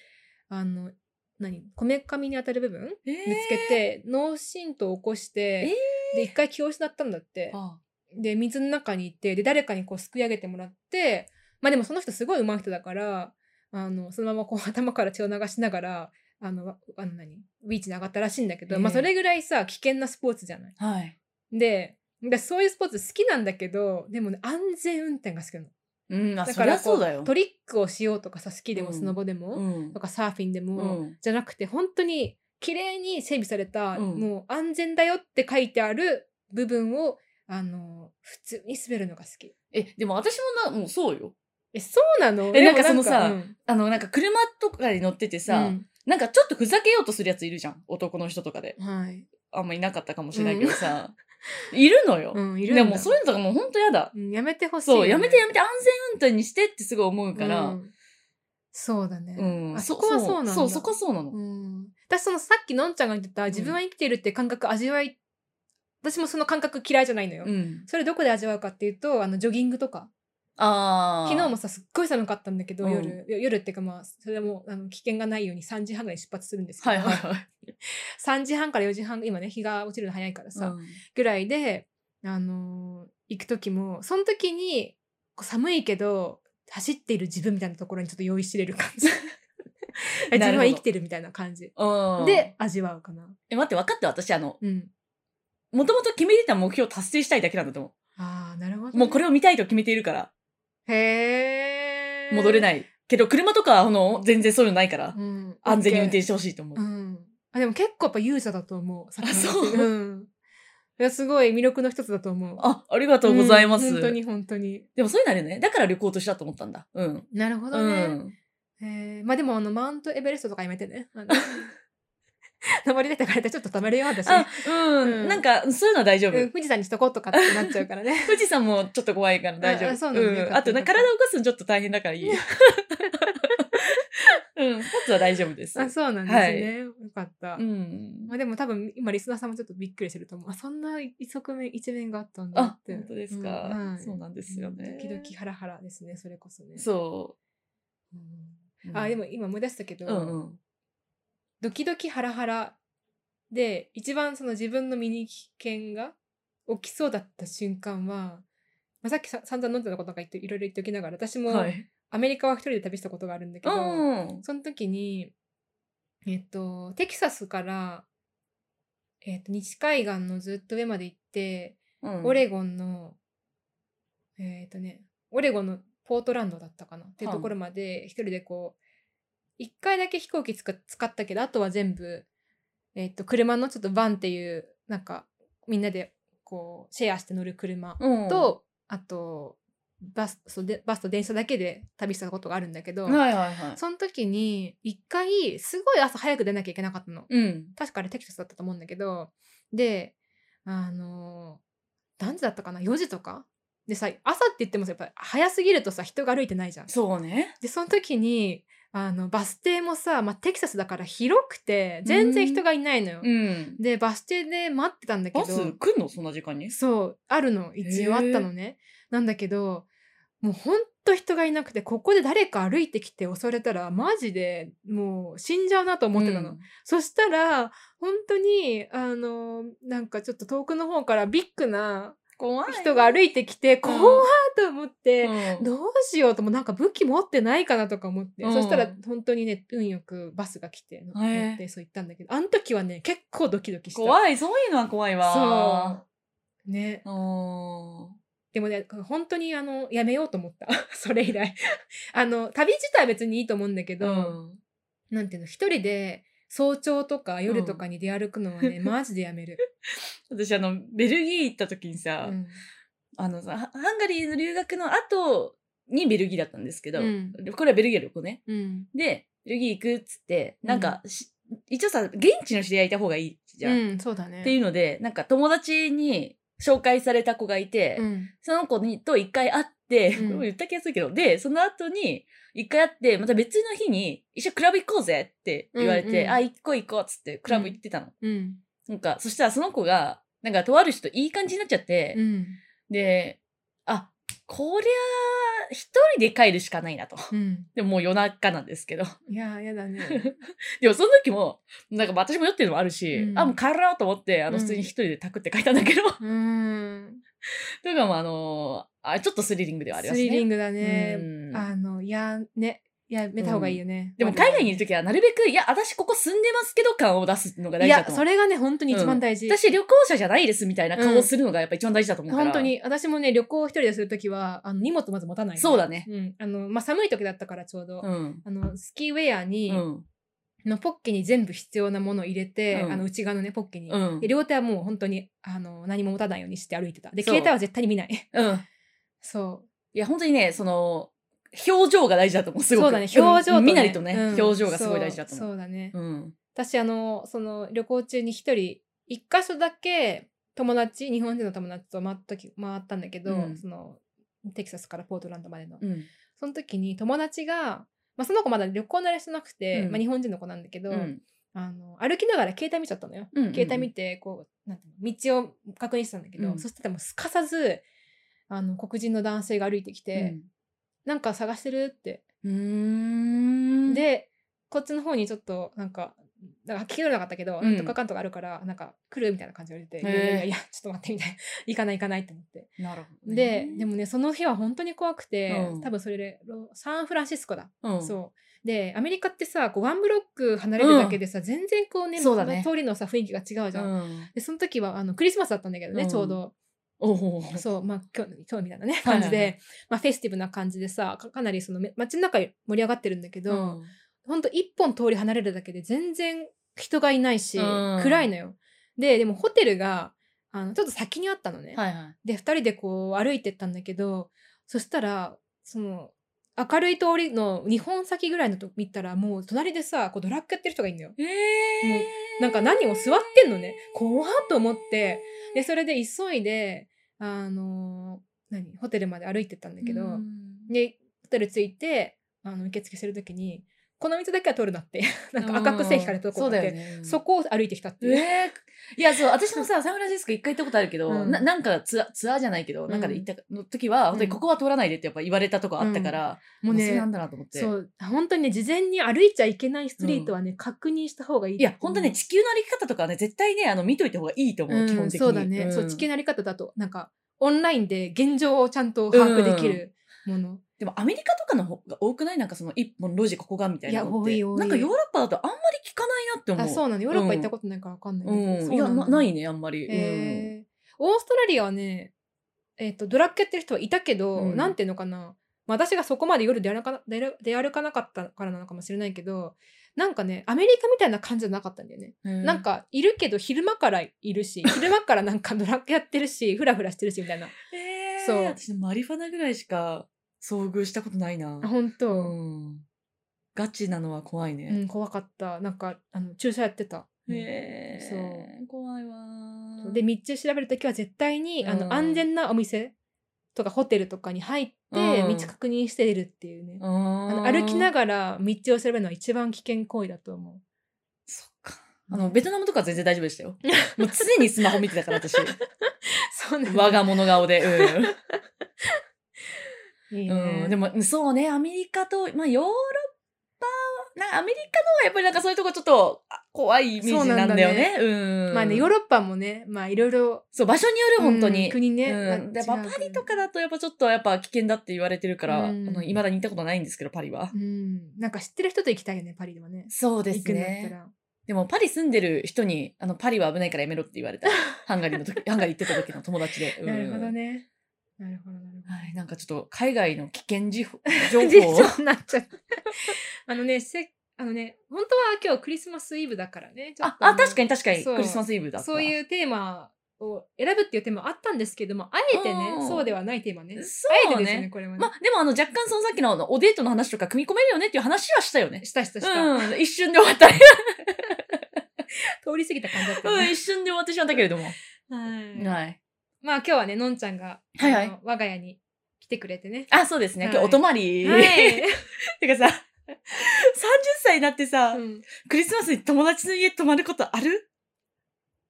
Speaker 2: あの何こめかみに当たる部分
Speaker 1: えー
Speaker 2: ぶつけて脳震盪を起こして、で一回気を失ったんだって。
Speaker 1: あ
Speaker 2: で水の中に行ってで誰かにこうすくい上げてもらってまあでもその人すごい上手い人だからあのそのままこう 頭から血を流しながらあのわあの何ビーチに上がったらしいんだけど、
Speaker 1: ええ
Speaker 2: まあそれぐらいさ危険なスポーツじゃない。
Speaker 1: はい。
Speaker 2: ででそういうスポーツ好きなんだけどでもね安全運転が好きなの。
Speaker 1: うん、あ、そ
Speaker 2: か
Speaker 1: り
Speaker 2: ら
Speaker 1: ゃそうだよ。
Speaker 2: トリックをしようとかさスキーで
Speaker 1: う
Speaker 2: も
Speaker 1: ん
Speaker 2: スノボでも、
Speaker 1: うん
Speaker 2: と。かサーフィンでも、
Speaker 1: うん
Speaker 2: じゃなくて本当に綺麗に整備された、
Speaker 1: うん
Speaker 2: もう安全だよって書いてある部分をあの普通に滑るのが好き。
Speaker 1: え、でも私もな、もうそうよ。
Speaker 2: えそうなの
Speaker 1: え
Speaker 2: で
Speaker 1: なん
Speaker 2: も
Speaker 1: かそのさ
Speaker 2: うん
Speaker 1: あの、なんか車とかに乗っててさ、
Speaker 2: うん
Speaker 1: なんかちょっとふざけようとするやついるじゃん。男の人とかで。
Speaker 2: はい
Speaker 1: あんまいなかったかもしれないけどさ。 いるのよ。
Speaker 2: うん、いるんだ
Speaker 1: でもそういうのとかもうほんとやだ。
Speaker 2: うんやめてほしいよね、
Speaker 1: そう、やめてやめて安全運転にしてってすごい思うから。
Speaker 2: う
Speaker 1: うん
Speaker 2: そうだね、
Speaker 1: ん。
Speaker 2: あそこはそうなんだ
Speaker 1: そう、そこはそうなの。
Speaker 2: うん、私そのさっきのんちゃんが言ってた自分は生きてるって感覚味わい、私もその感覚嫌いじゃないのよ、
Speaker 1: うん。
Speaker 2: それどこで味わうかっていうとあのジョギングとか
Speaker 1: ああ。
Speaker 2: 昨日もさすっごい寒かったんだけど、
Speaker 1: うん
Speaker 2: 夜よ夜っていうかまあそれもあの危険がないように3時半ぐらいに出発するんですけ
Speaker 1: は
Speaker 2: ど、
Speaker 1: いはい はい。
Speaker 2: 3時半から4時半今ね日が落ちるの早いからさ、
Speaker 1: うん
Speaker 2: ぐらいで、あのー行く時もその時にこう寒いけど走っている自分みたいなところにちょっと酔いしれる感 じ自分は生きてるみたいな感じ
Speaker 1: うん。
Speaker 2: で、味わうかな。
Speaker 1: え、待って、分かった、私、あの、
Speaker 2: うん、
Speaker 1: もともと決めてた目標を達成したいだけなんだと思
Speaker 2: あーなるほどね、
Speaker 1: う。もうこれを見たいと決めているから、
Speaker 2: へえ、
Speaker 1: 戻れないい。けど、車とかは、あの、全然そういうのないから
Speaker 2: う、ん、
Speaker 1: 安全に運転
Speaker 2: し
Speaker 1: してほしいと思う
Speaker 2: う。ん、あでも結構やっぱ勇者だと思う
Speaker 1: あそう
Speaker 2: うん、いやすごい魅力の一つだと思う
Speaker 1: あ、ありがとうございます。
Speaker 2: うん本当に本当に
Speaker 1: でもそういうのあるよね。だから旅行としたと思ったんだ。うん。
Speaker 2: なるほ
Speaker 1: う
Speaker 2: どね、
Speaker 1: ん。
Speaker 2: えーまあでもあのマウントエベレストとかやめてね。 あの登り出てからちょっとためるよ私、
Speaker 1: あ、うん、
Speaker 2: うん
Speaker 1: なんか、そういうのは大丈夫。
Speaker 2: うん富士山にしとこうとかってなっちゃうか らね。
Speaker 1: 富士山もちょっと怖いから大丈夫。
Speaker 2: ああそうなんだよかった
Speaker 1: ん。あとな、
Speaker 2: よかっ
Speaker 1: 体
Speaker 2: た
Speaker 1: を動かすのちょっと大変だからいい。 うん。スポーツは大丈夫です。
Speaker 2: あそうなんですね。よかった。
Speaker 1: うん
Speaker 2: ま。あでも多分今リスナーさんもちょっとびっくりしてると思う。あそんな一側面一面があったんだ
Speaker 1: あ
Speaker 2: っ、て。
Speaker 1: 本当ですか。
Speaker 2: うんはい
Speaker 1: そうなんですよね。
Speaker 2: うんドキドキハラハラですねそれこそね。
Speaker 1: そ
Speaker 2: うん
Speaker 1: う。
Speaker 2: あで
Speaker 1: も、
Speaker 2: も今思い出したけど、
Speaker 1: うんうん。
Speaker 2: ドキドキハラハラで一番その自分の身に危険が起きそうだった瞬間は、まあ、さっきさ散々飲んでたことなんか言っていろいろ言っておきながら私も
Speaker 1: はい。
Speaker 2: アメリカは一人で旅したことがあるんだけ
Speaker 1: う
Speaker 2: ど、
Speaker 1: ん。
Speaker 2: その時にえっとテキサスから、えっと、西海岸のずっと上まで行って、
Speaker 1: うん
Speaker 2: オレゴンのえっとねオレゴンのポートランドだったかなっていうところまで一人でこう一回だけ飛行機つか使ったけどあとは全部、えっと車のちょっとバンっていうなんかみんなでこうシェアして乗る車
Speaker 1: うん、
Speaker 2: と、あとバスそうでバスと電車だけで旅したことがあるんだけど、
Speaker 1: はいはいはい。
Speaker 2: その時に一回すごい朝早く出なきゃいけなかったの。
Speaker 1: うん。
Speaker 2: 確かあれテキサスだったと思うんだけどであの何時だったかな4時とかでさ朝って言ってもさやっぱ早すぎるとさ人が歩いてないじゃん。
Speaker 1: そうね。
Speaker 2: でその時にあのバス停もさ、まあ、テキサスだから広くて全然人がいないのよ。
Speaker 1: うん。
Speaker 2: でバス停で待ってたんだけ
Speaker 1: バ
Speaker 2: ど
Speaker 1: ス来んのそんな時間に
Speaker 2: そうあるの一応あったのねなんだけどもうほんと人がいなくてここで誰か歩いてきて襲われたらマジでもう死んじゃうなと思ってたの、
Speaker 1: うん
Speaker 2: そしたら本当にあのなんかちょっと遠くの方からビッグな
Speaker 1: 怖い。
Speaker 2: 人が歩いてきて怖ーと思って、
Speaker 1: うん
Speaker 2: どうしようともなんか武器持ってないかなとか思って、
Speaker 1: うん
Speaker 2: そしたら本当にね運よくバスが来て乗
Speaker 1: へー
Speaker 2: ってそう行ったんだけどあの時はね結構ドキドキした
Speaker 1: 怖い。そういうのは怖いわ。
Speaker 2: ね
Speaker 1: そう。うん。
Speaker 2: でもね、本当にあの、やめようと思った。 それ以来。あの、旅自体は別にいいと思うんだけど、なんていうの、一人で早朝とか夜とかに出歩くの はね、マジでやめる。
Speaker 1: 私あの、ベルギー行った時に
Speaker 2: う
Speaker 1: さ、
Speaker 2: ん。
Speaker 1: あのさ、ハハンガリーの留学の後にベルギーだったんですけど、
Speaker 2: うん
Speaker 1: これはベルギーの旅行ね。
Speaker 2: うん。
Speaker 1: で、ベルギー行くっつって、なんかし、一応さ、現地の知り合いいた方がいいじゃん。
Speaker 2: う
Speaker 1: っ
Speaker 2: ん、そうだね。
Speaker 1: ていうので、なんか友達に紹介された子がいて、
Speaker 2: うん。
Speaker 1: その子にと一回会っって、
Speaker 2: うん
Speaker 1: これも言った気がするけど、で、その後に、一回会って、また別の日に、一緒にクラブ行こうぜって言われて、
Speaker 2: うんうん
Speaker 1: あ、行こう行こうっつって、クラブ行ってたの。
Speaker 2: うん。
Speaker 1: なんか、そしたらその子が、なんか、とある人といい感じになっちゃって、
Speaker 2: うん。
Speaker 1: で、あ、こりゃ、一人で帰るしかないなと。
Speaker 2: うん。
Speaker 1: でももう夜中なんですけど。
Speaker 2: いやー、やだね。
Speaker 1: でもその時も、なんか私も酔ってるのもあるし、
Speaker 2: うん
Speaker 1: あ、もう帰ろうと思って、あの、
Speaker 2: うん
Speaker 1: 普通に一人でタクって書いたんだけど、
Speaker 2: うーん。
Speaker 1: とかもあのーあ、ちょっとスリリングではあり
Speaker 2: ス
Speaker 1: ますね。
Speaker 2: リリン
Speaker 1: グ
Speaker 2: グだね。
Speaker 1: うん、
Speaker 2: あの、いやー、ね。やめた方がいいよね。
Speaker 1: でも海外にいる時はなるべく、いや、私ここ住んでますけど感を出すのが大事だ
Speaker 2: いや、
Speaker 1: と思。
Speaker 2: そうれがね、本当に一番大事。
Speaker 1: 私旅行者じゃないですみたいな顔をするのがやっぱ一番大事だと思うから。
Speaker 2: 本当。に、私もね、旅行を一人でするときは、あの、荷物まず持たないの。
Speaker 1: そうだね。
Speaker 2: うん。あの、まあ、寒い時だったからちょうど、
Speaker 1: うん。
Speaker 2: あの、スキーウェアに、
Speaker 1: うん。
Speaker 2: のポッケに全部必要なものを入れて、
Speaker 1: うん
Speaker 2: あの、内側のね、ポッケに。
Speaker 1: うん
Speaker 2: で。両手はもう本当に、あの、何も持たないようにして歩いてた。で、
Speaker 1: そう
Speaker 2: 携帯は絶対に見ない。
Speaker 1: うん。
Speaker 2: そ
Speaker 1: いや、本当にね、その、表情が大事だと思う、すごく。
Speaker 2: そうだね、表情と、ね。
Speaker 1: うんみなりとね、
Speaker 2: うん
Speaker 1: 表情がすごい大事だと
Speaker 2: そう
Speaker 1: 思う。
Speaker 2: そうだね。
Speaker 1: うん。
Speaker 2: 私、あの、その、旅行中に一人、一箇所だけ、友達、日本人の友達と回った時回ったんだけど、
Speaker 1: うん
Speaker 2: その、テキサスからポートランドまでの。
Speaker 1: うん。
Speaker 2: その時に友達が、まあ、その子まだ旅行慣れしてなくて、
Speaker 1: うん
Speaker 2: まあ、日本人の子なんだけど、
Speaker 1: うん
Speaker 2: あの歩きながら携帯見ちゃったのよ。
Speaker 1: うんうんうん
Speaker 2: 携帯見てこうなんていうの道を確認してたんだけど、
Speaker 1: うん
Speaker 2: そしたらもうすかさずあの黒人の男性が歩いてきて「なんか探してる?」って。
Speaker 1: うん。、
Speaker 2: でこっちの方にちょっとなんか。なんか聞き取れなかったけど、
Speaker 1: うん
Speaker 2: とかかんとかあるから、なんか来るみたいな感じで言われ
Speaker 1: へえ
Speaker 2: て、いやいやいや、ちょっと待ってみたいな、 行かない行かないって思って。
Speaker 1: なるほど
Speaker 2: で
Speaker 1: ね、
Speaker 2: でもね、その日は本当に怖くて、
Speaker 1: うん
Speaker 2: 多分それで、ロサンフランシスコだ。
Speaker 1: うん、
Speaker 2: そうでアメリカってさこうワンブロック離れるだけでさ、全然こうね
Speaker 1: そうだね
Speaker 2: 通りのさ雰囲気が違うじゃん。
Speaker 1: うん。
Speaker 2: でその時はあのクリスマスだったんだけどね、
Speaker 1: うん
Speaker 2: ちょうど
Speaker 1: おお。
Speaker 2: そうまあ今日今日みたいな
Speaker 1: はい
Speaker 2: ね
Speaker 1: はい
Speaker 2: 感じで、まあ、フェスティブな感じでさかかなりそのめ街の中盛り上がってるんだけど、
Speaker 1: ん
Speaker 2: ほんと一本通り離れるだけで全然人がいないし、
Speaker 1: うん
Speaker 2: 暗いのよ。ででもホテルがあのちょっと先にあったのね。
Speaker 1: はいはい。
Speaker 2: で2人でこう歩いてったんだけどそしたらその明るい通りの2本先ぐらいのとこ見たらもう隣でさこうドラッグやってる人がいるのよ。
Speaker 1: え
Speaker 2: も
Speaker 1: え
Speaker 2: なんか何を座ってんのね怖っと思ってでそれで急いであの何ホテルまで歩いてったんだけど、でホテル着いてあの受付してる時にこの道だけは通るなって なんか赤く線引かれたとこ
Speaker 1: そう
Speaker 2: があっ
Speaker 1: だ
Speaker 2: て、
Speaker 1: よね。
Speaker 2: そこを歩いてきたっていう。
Speaker 1: えー、いやそう私もさサンフランシスコ一回行ったことあるけど、
Speaker 2: うん
Speaker 1: ななんかツアツアーじゃないけど、
Speaker 2: ん
Speaker 1: なんかで行ったの時は本当にここは通らないでってやっぱ言われたとこあったから、
Speaker 2: もう
Speaker 1: それ
Speaker 2: ね
Speaker 1: なんだなと思って
Speaker 2: そう本当にね事前に歩いちゃいけないストリートはね、確認した方がいい
Speaker 1: いや本当ね地球の歩き方とかはね絶対ねあの見といた方がいいと思う、
Speaker 2: うん
Speaker 1: 基本的に
Speaker 2: そうだね、
Speaker 1: ん
Speaker 2: そう地球のあり方だとなんかオンラインで現状をちゃんと把握できるもの、
Speaker 1: でもアメリカとかの方が多くないなんかその一本路地ここがみたいなのって
Speaker 2: いや多い多い
Speaker 1: なんかヨーロッパだとあんまり聞かないなって思う
Speaker 2: あそうなのヨーロッパ行ったことないから分かんないけど、
Speaker 1: うん
Speaker 2: そう
Speaker 1: いや
Speaker 2: んだ
Speaker 1: なないねあんまり、うん
Speaker 2: えーオーストラリアはねえっ、とドラッグやってる人はいたけど、
Speaker 1: うん
Speaker 2: なんていうのかなまあ私がそこまで夜出歩かな出る出歩かなかったからなのかもしれないけどなんかねアメリカみたいな感じじゃなかったんだよね、なんかいるけど昼間からい るし昼間からなんかドラッグやってるしフラフラしてるしみたいな
Speaker 1: えー、
Speaker 2: そう
Speaker 1: 私マリファナぐらいしか遭遇したことないな
Speaker 2: あ本当、
Speaker 1: うんガチなのは怖いうね。
Speaker 2: ん、怖かった。なんか、あの、注射やってた。
Speaker 1: へえ。
Speaker 2: そう
Speaker 1: 怖いわ
Speaker 2: そ
Speaker 1: ー。
Speaker 2: うで、道を調べるときは絶対に、あ
Speaker 1: うん
Speaker 2: の、安全なお店とかホテルとかに入って、
Speaker 1: うん
Speaker 2: 道確認して出るっていうね。
Speaker 1: あ
Speaker 2: あの歩きな
Speaker 1: がら。
Speaker 2: がら道を調べるのは一番危険行為だと思
Speaker 1: そっか。あの、ベトナムとかは全然大丈夫で したよ。もう常にスマホ見てたから私。
Speaker 2: う。 そうなんだ
Speaker 1: 我が物顔で。
Speaker 2: いい
Speaker 1: うん。
Speaker 2: ね
Speaker 1: うん、でも、そうね、アメリカと、まあ、ヨーロッパは、なんかアメリカの方がやっぱりなんかそういうとこちょっとあ怖いイメージなんだよね。うん。
Speaker 2: まあね、ヨーロッパもね、まあいろいろ、
Speaker 1: そう、場所による、本当に。
Speaker 2: うん国ね。
Speaker 1: うん、でやっぱパリとかだ
Speaker 2: と。
Speaker 1: とやっぱちょっとやっぱ危険だって言われてるから、
Speaker 2: うん
Speaker 1: あの未だに行ったことないんですけどパリは、
Speaker 2: うん。なんか知ってる人と行きたいよね、パリではね。
Speaker 1: そうで
Speaker 2: 行くんだったら。
Speaker 1: でもパリ住んでる人にあのパリは危ないからやめろって言われたハンガリーの時ハンガリー行ってた時の友達で、うん
Speaker 2: なるほどね。なるほど、なる ほど。
Speaker 1: はい、なんかちょっと海外の危険情報情
Speaker 2: 辞
Speaker 1: 報を
Speaker 2: 書になっちゃった。あのね、せあのね、本当は今日クリスマスイブだからね。ちょっ
Speaker 1: ああ
Speaker 2: と
Speaker 1: 確かに確かに
Speaker 2: そう
Speaker 1: クリスマスイブだった
Speaker 2: そういうテーマを選ぶっていうテーマあったんですけども、あえてね
Speaker 1: う、ん
Speaker 2: そうではないテーマね。
Speaker 1: そうね
Speaker 2: あえてですよね、これはね。
Speaker 1: まあでもあの若干そのさっきのあのおデートの話とか組み込めるよねっていう話はしたよね
Speaker 2: したしたした。
Speaker 1: うん、一瞬で終わった。
Speaker 2: 通り過ぎた感じだったよ
Speaker 1: うん、
Speaker 2: ね。
Speaker 1: 一瞬で終わってしまったけれども。
Speaker 2: はい
Speaker 1: はい。
Speaker 2: まあ今日はね、のんちゃんが、
Speaker 1: はいはい
Speaker 2: あの我が家に来てくれてね。
Speaker 1: あ、そうですね。
Speaker 2: はい
Speaker 1: 今日お泊まり。
Speaker 2: はい。
Speaker 1: てかさ、30歳になってさ、
Speaker 2: うん
Speaker 1: クリスマスに友達の家泊まることある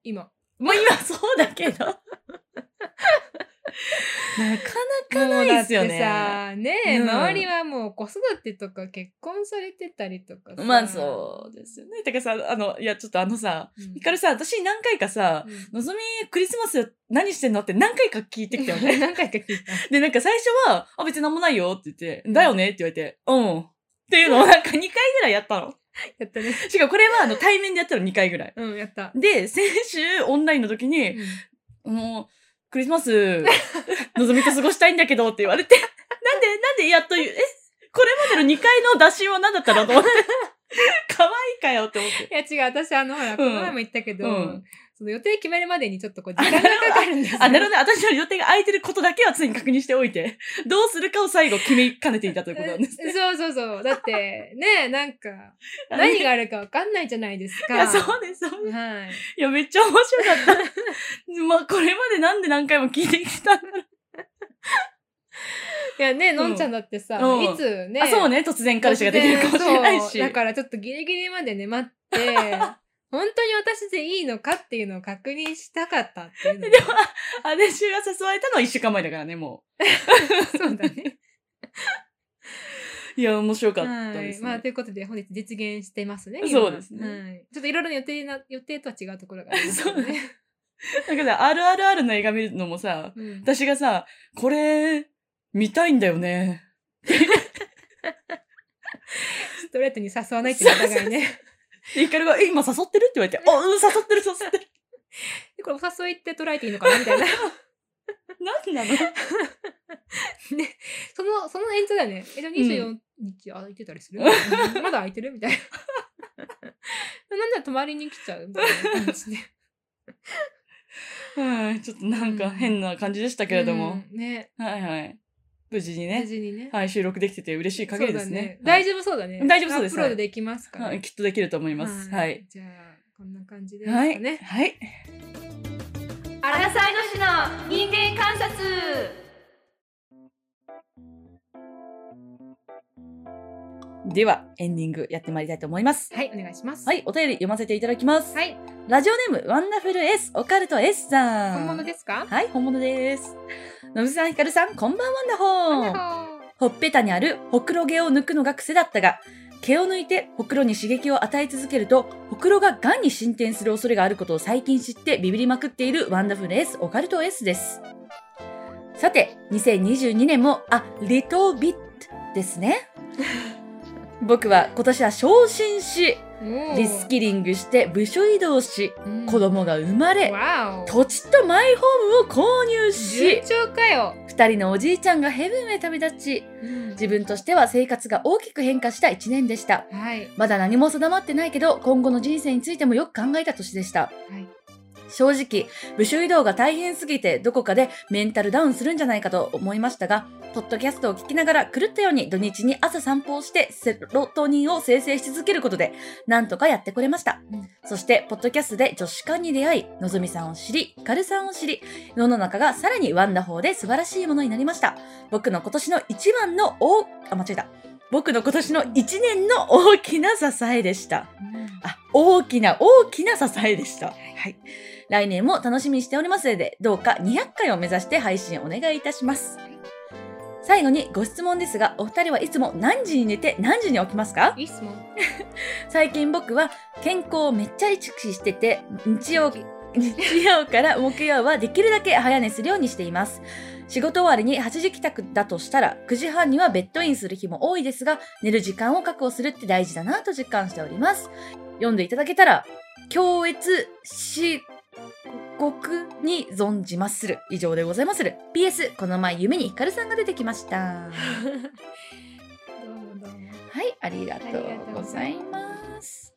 Speaker 2: 今。
Speaker 1: もう今そうだけ ど。なかなかないですよ
Speaker 2: もう
Speaker 1: ね。
Speaker 2: だってさ、ねえ、
Speaker 1: うん
Speaker 2: 周りはもう子育てとか結婚されてたりとかさ。
Speaker 1: まあそうですよね。てかさ、あの、いや、ちょっとあのさ、
Speaker 2: うん。
Speaker 1: ヒカルさん、私に何回かさ、
Speaker 2: うん
Speaker 1: のぞみ、クリスマス何してんのって何回か聞いてきたよ ね。
Speaker 2: 何回か聞いた。
Speaker 1: で、なんか最初は、あ、別に何もないよって言って、だよねって言われて、うん。っていうのをなんか2回ぐらいやったの。
Speaker 2: やったね。
Speaker 1: しかもこれはあの対面でやったの2回ぐらい。
Speaker 2: うん、やった。
Speaker 1: で、先週オンラインの時に、あの、クリスマス、のぞみと過ごしたいんだけどって言われ て、なんで、なんでやっと言う、え、これまでの2回の打診は何だったのと思 って、可愛いかよって思って。
Speaker 2: いや違う、私あの、ほら、この前も言ったけど、
Speaker 1: うん
Speaker 2: その予定決めるまでにちょっとこう、時間がかかるんですよ
Speaker 1: あ、なるほどね。私の予定が空いてることだけは常に確認しておいて、どうするかを最後決めかねていたということなんです。
Speaker 2: えそうそうそう。だって、ねえ、なんか、 何があるかわかんないじゃないです
Speaker 1: い
Speaker 2: か。
Speaker 1: や、そうです、そうです。
Speaker 2: はい。
Speaker 1: いや、めっちゃ面白か った。まあ、これまでなんで何回も聞いてきたんだろう。
Speaker 2: いやね、のんちゃんだってさ、
Speaker 1: うん
Speaker 2: いつね、
Speaker 1: あ、そうね。突然彼氏ができるかもしれない
Speaker 2: そう
Speaker 1: し。
Speaker 2: だからちょっとギリギリまでね、待って、 本当に私でいいのかっていうのを確認したかったっていうの。
Speaker 1: でも、あれ、私が誘われたのは一週間前だからね、も
Speaker 2: そうだね。
Speaker 1: う。いや、面白かった
Speaker 2: は
Speaker 1: で
Speaker 2: い。
Speaker 1: す、ね。
Speaker 2: まあ、ということで、本日実現してますね。
Speaker 1: そうですね
Speaker 2: 今はい。ちょっといろいろな予定な、予定とは違うところがありますけど
Speaker 1: そう
Speaker 2: ね。
Speaker 1: なんかさ、RRR の映画見るのもさ、
Speaker 2: うん
Speaker 1: 私がさ、これ、見たいんだよね。
Speaker 2: ストレートに誘わないっていうお互いね。
Speaker 1: で、ヒカルが、え、今誘ってるって言われて、あ、うん、誘ってる、誘ってる。
Speaker 2: でこれお誘いって捉えていいのかなみたいな。
Speaker 1: 何なの
Speaker 2: ね、その、その演奏だよね。え、じゃあ
Speaker 1: う
Speaker 2: 24日空いてたりする、うんまだ空いてるみた いな。なんだ泊まりに来ちゃうみたいな感じで。
Speaker 1: はい、ちょっとなんか変な感じでしたけれども。
Speaker 2: うんね。
Speaker 1: はいはい。無事に
Speaker 2: 無
Speaker 1: ね、
Speaker 2: 事にね。
Speaker 1: はい、収録できてて嬉しい限りですね
Speaker 2: そう。だ
Speaker 1: はい
Speaker 2: 大丈夫そうだね。
Speaker 1: 大丈夫そうです
Speaker 2: アップロードできますから。
Speaker 1: はいきっとできると思います。はい。。
Speaker 2: じゃあ、こんな感じですか
Speaker 1: はい。
Speaker 2: ね。
Speaker 1: はい。
Speaker 3: アラサイの市の人間観察
Speaker 1: では、エンディングやってまいりたいと思います。
Speaker 2: はい、お願いします。。
Speaker 1: はいい、お便り読ませていただきます。
Speaker 2: はい、
Speaker 1: ラジオネーム、ワンダフルエース、オカルトエースさん。
Speaker 2: 本物ですか
Speaker 1: はい、本物です。のぶさん、ひかるさん、こんばんワンダホー。
Speaker 2: は
Speaker 1: ほっぺたにあるほくろ毛を抜くのが癖だったが、毛を抜いてほくろに刺激を与え続けると、ほくろが癌に進展する恐れがあることを最近知ってビビりまくっているワンダフルエース、オカルトエースです。さて、2022年も、あ、リトビットですね。僕は今年は昇進し、リスキリングして部署移動し、子供が生まれ、
Speaker 2: わお。
Speaker 1: 土地とマイホームを購入し
Speaker 2: 順、調かよ。
Speaker 1: 二人のおじいちゃんがヘブンへ旅立ち、自分としては生活が大きく変化した一年でした。
Speaker 2: はい。
Speaker 1: まだ何も定まってないけど、今後の人生についてもよく考えた年でした。
Speaker 2: はい。
Speaker 1: 正直、部署移動が大変すぎて、どこかでメンタルダウンするんじゃないかと思いましたが、ポッドキャストを聞きながら狂ったように土日に朝散歩をして、セロトニンを生成し続けることで、なんとかやってこれました。
Speaker 2: うん
Speaker 1: そして、ポッドキャストで女子館に出会い、のぞみさんを知り、ひかるさんを知り、世の中がさらにワンダフォーで素晴らしいものになりました。僕の今年の一番の大、あ、間違えた。僕の今年の一年の大きな支えでした。あ、大きな大きな支えでした。はい。来年も楽しみにしておりますので、どうか200回を目指して配信お願いいたします。最後にご質問ですが、お二人はいつも何時に寝て何時に起きますか
Speaker 2: いい質 問。
Speaker 1: 最近僕は健康をめっちゃ意識してて、日曜、日曜から木曜はできるだけ早寝するようにしています。仕事終わりに8時帰宅だとしたら、9時半にはベッドインする日も多いですが、寝る時間を確保するって大事だなと実感しております。読んでいただけたら、強越し、国に存じまする。以上でございまする。PS、この前夢にヒカルさんが出てきました。
Speaker 2: どうもどうも。
Speaker 1: はい、ありがとうございます。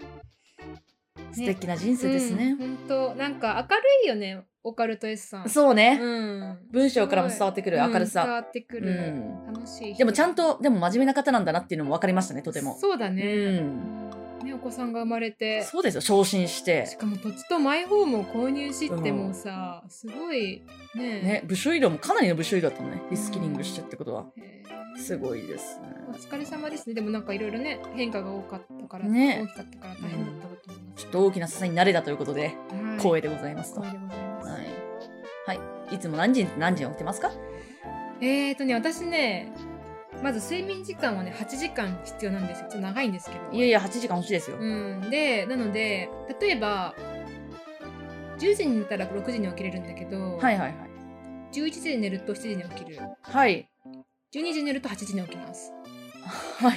Speaker 1: 素敵な人生ですね。
Speaker 2: 本当なんか明るいよね、オカルト S さん。
Speaker 1: そうね、
Speaker 2: うん。
Speaker 1: 文章からも伝わってくる
Speaker 2: すごい
Speaker 1: 明るさ
Speaker 2: うん伝わってくる。楽しい人。
Speaker 1: でもちゃんと、でも真面目な方なんだなっていうのも分かりましたね、とても。
Speaker 2: そうだね。
Speaker 1: う
Speaker 2: うんんね、お子さんが生まれて。
Speaker 1: そうですよ、昇進して。
Speaker 2: しかも土地とマイホームを購入しって
Speaker 1: うん
Speaker 2: もうさ、すごいね
Speaker 1: ね、部署移動もかなりの部署移動だったのね。リスキリングしてってことは。
Speaker 2: へ
Speaker 1: す
Speaker 2: い
Speaker 1: ごいですね。
Speaker 2: お疲れ様ですねでもなんかいろいろね変化が多かったから、
Speaker 1: ね
Speaker 2: 大きかったから大変だったこと思いま
Speaker 1: ち
Speaker 2: す
Speaker 1: ょっと大きな支えになれたということで、
Speaker 2: はい
Speaker 1: 光栄でございますと。は
Speaker 2: 光栄でございます、
Speaker 1: い。はい。いつも何時に何時に起きてますか
Speaker 2: えーとね私ねまず睡眠時間はね8時間必要なんですよちょっと長いんですけど
Speaker 1: いやいや、8時間欲しいですよ。
Speaker 2: うん、でなので例えば10時に寝たら6時に起きれるんだけど、
Speaker 1: はいはいはい。
Speaker 2: 11時に寝ると7時に起きる
Speaker 1: はい。
Speaker 2: 12時に寝ると8時に起きます
Speaker 1: は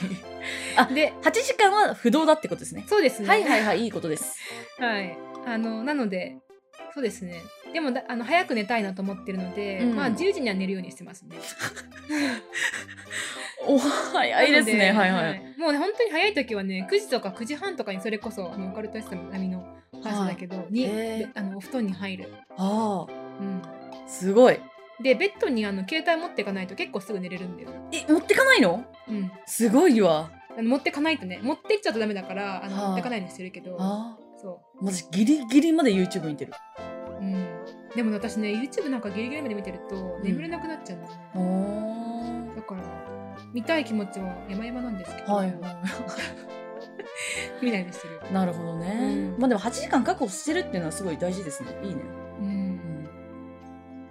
Speaker 1: い。
Speaker 2: で
Speaker 1: 8時間は不動だってことですね。
Speaker 2: そうですね
Speaker 1: はいはいはい、いいことです。
Speaker 2: はいあのなのでそうですねでもだあの早く寝たいなと思ってるので、
Speaker 1: うん
Speaker 2: まあ10時には寝るようにしてますね
Speaker 1: お早いですね。
Speaker 2: なの
Speaker 1: はいはい。
Speaker 2: もうね本当に早い時はね9時とか9時半とかにそれこそあのオカルトエストの並みの話だけど、に
Speaker 1: へー
Speaker 2: あのお布団に入る、
Speaker 1: あ
Speaker 2: うん、
Speaker 1: あ、すごい。
Speaker 2: でベッドにあの携帯持ってかないと結構すぐ寝れるんだよ、
Speaker 1: え、持ってかないの
Speaker 2: うん、
Speaker 1: すごいわ。
Speaker 2: あの持ってかないとね持ってっちゃうとダメだからあの、
Speaker 1: はあ
Speaker 2: 持ってかないようにしてるけど
Speaker 1: あ
Speaker 2: そ
Speaker 1: あ。私ギリギリまで YouTube 見てる。
Speaker 2: う、うん、でもね私ね YouTube なんかギリギリまで見てると眠れなくなっちゃうの、
Speaker 1: おー。
Speaker 2: だから見たい気持ちは山々なんですけど、
Speaker 1: はいは
Speaker 2: 見ないようにしてる、
Speaker 1: い。なるほどね。
Speaker 2: うん
Speaker 1: まあでも8時間確保してるっていうのはすごい大事ですね。いいね。
Speaker 2: う、
Speaker 1: うんん。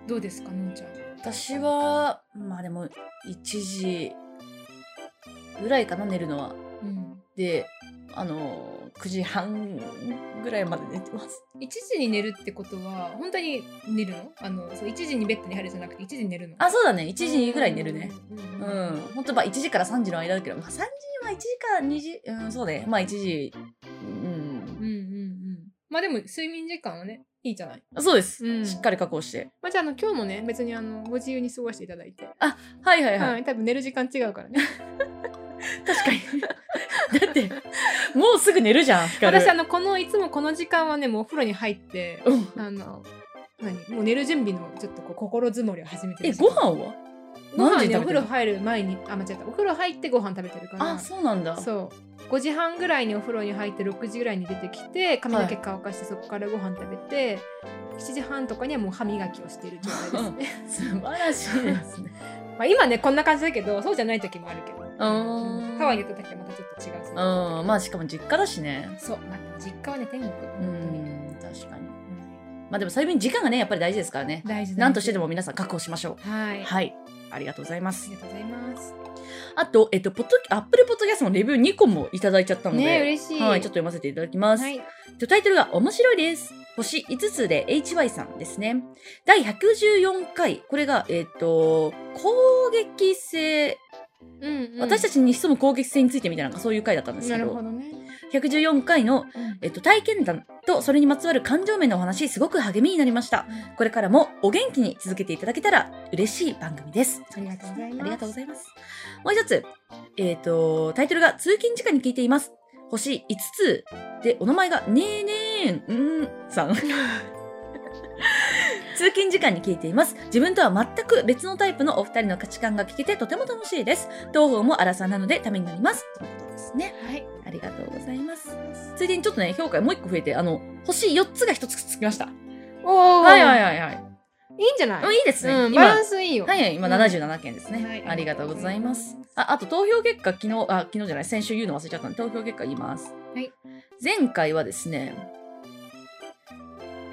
Speaker 2: どうですかのんちゃん
Speaker 1: 私は、まあでも1時ぐらいかな、寝るのは。
Speaker 2: うん
Speaker 1: で、あの、9時半ぐらいまで寝てます。
Speaker 2: 1時に寝るってことは本当に寝るのあのそう1時にベッドに入るじゃなくて1時に寝るの
Speaker 1: あ、そうだね。1時ぐらい寝るね。
Speaker 2: うんうんうん
Speaker 1: うん、本当まあ1時から3時の間だけど、まあ、3時は1時から2時、うん、そうね、まあ1時、うん、
Speaker 2: うんうんまあでも睡眠時間はねいいじゃない、
Speaker 1: そうです、
Speaker 2: うん
Speaker 1: しっかり確保して。
Speaker 2: まあ、じゃああの今日もね別にあのご自由に過ごしていただいて、
Speaker 1: はいはいはい。
Speaker 2: はい、多分寝る時間違う からね
Speaker 1: 確かに。だって、もうすぐ寝るじ ゃん、ヒカル
Speaker 2: 私あのこのいつもこの時間はねもうお風呂に入って
Speaker 1: うん
Speaker 2: あの何もう寝る準備のちょっとこう心づもりを始めて
Speaker 1: え、
Speaker 2: る
Speaker 1: ご飯は
Speaker 2: ご
Speaker 1: 何
Speaker 2: 飯
Speaker 1: 時に
Speaker 2: ねお
Speaker 1: 食べてる
Speaker 2: 風呂入る前にあ間違ったお風呂入ってご飯食べてるから
Speaker 1: あ、そうなんだ。
Speaker 2: そう5時半ぐらいにお風呂に入って6時ぐらいに出てきて髪の毛乾かしてそこからご飯食べて、7時半とかにはもう歯磨きをしている状態です
Speaker 1: 素
Speaker 2: ね
Speaker 1: 晴らしいです ね。
Speaker 2: まあ今ねこんな感じだけどそうじゃない時もあるけど
Speaker 1: うん
Speaker 2: ハワイに行った時はまたちょっと違う
Speaker 1: う
Speaker 2: 生活
Speaker 1: ん、
Speaker 2: だけど
Speaker 1: まあしかも実家だしね。
Speaker 2: そう、まあ、実家はね天国本
Speaker 1: う
Speaker 2: 当に、
Speaker 1: ん、確かに。まあでも睡眠時間がね、やっぱり大事ですからね。
Speaker 2: 大事
Speaker 1: なんとしてでも皆さん確保しましょ
Speaker 2: は
Speaker 1: う。
Speaker 2: い、あ
Speaker 1: はい。ありがとうございます
Speaker 2: り。がとうございます
Speaker 1: あと、えっと、ポッドキアップルポッドキャストのレビュー2個もいただいちゃったので、
Speaker 2: ね嬉しい
Speaker 1: はい、ちょっと読ませていただきます。
Speaker 2: はい
Speaker 1: とタイトルが面白いです。星5つで HY さんですね。第114回、これが、えっと、攻撃性、
Speaker 2: うんうん
Speaker 1: 私たちに潜む攻撃性についてみたいな、そういう回だったんです
Speaker 2: な
Speaker 1: け
Speaker 2: る
Speaker 1: ど、
Speaker 2: ほどね、
Speaker 1: 114回の、
Speaker 2: うん
Speaker 1: えっと、体験談とそれにまつわる感情面のお話、すごく励みになりました。これからもお元気に続けていただけたら嬉しい番組です。
Speaker 2: ありがとうございます
Speaker 1: ありがとうございます。もう一つ、えっ、と、タイトルが通勤時間に聞いています。星5つで、お名前がねえねえんんさ ん。通勤時間に聞いています。自分とは全く別のタイプのお二人の価値観が聞けてとても楽しいです。東方も荒さんなのでためになります。とのことですね。
Speaker 2: はい
Speaker 1: ありがとうございます。ついでにちょっとね、評価もう一個増えて、あの、星4つが1つつきました。
Speaker 2: おー
Speaker 1: はいはいはいはい。
Speaker 2: いいんじゃない
Speaker 1: もういいですね。
Speaker 2: うん、
Speaker 1: 今、
Speaker 2: バランスいいよ、
Speaker 1: はいはい、今
Speaker 2: うん
Speaker 1: 77件ですね、
Speaker 2: はい
Speaker 1: ありがとうございます。あ、あと投票結果、昨日、あ、昨日じゃない、先週言うの忘れちゃったんで、投票結果言います。
Speaker 2: はい
Speaker 1: 前回はですね、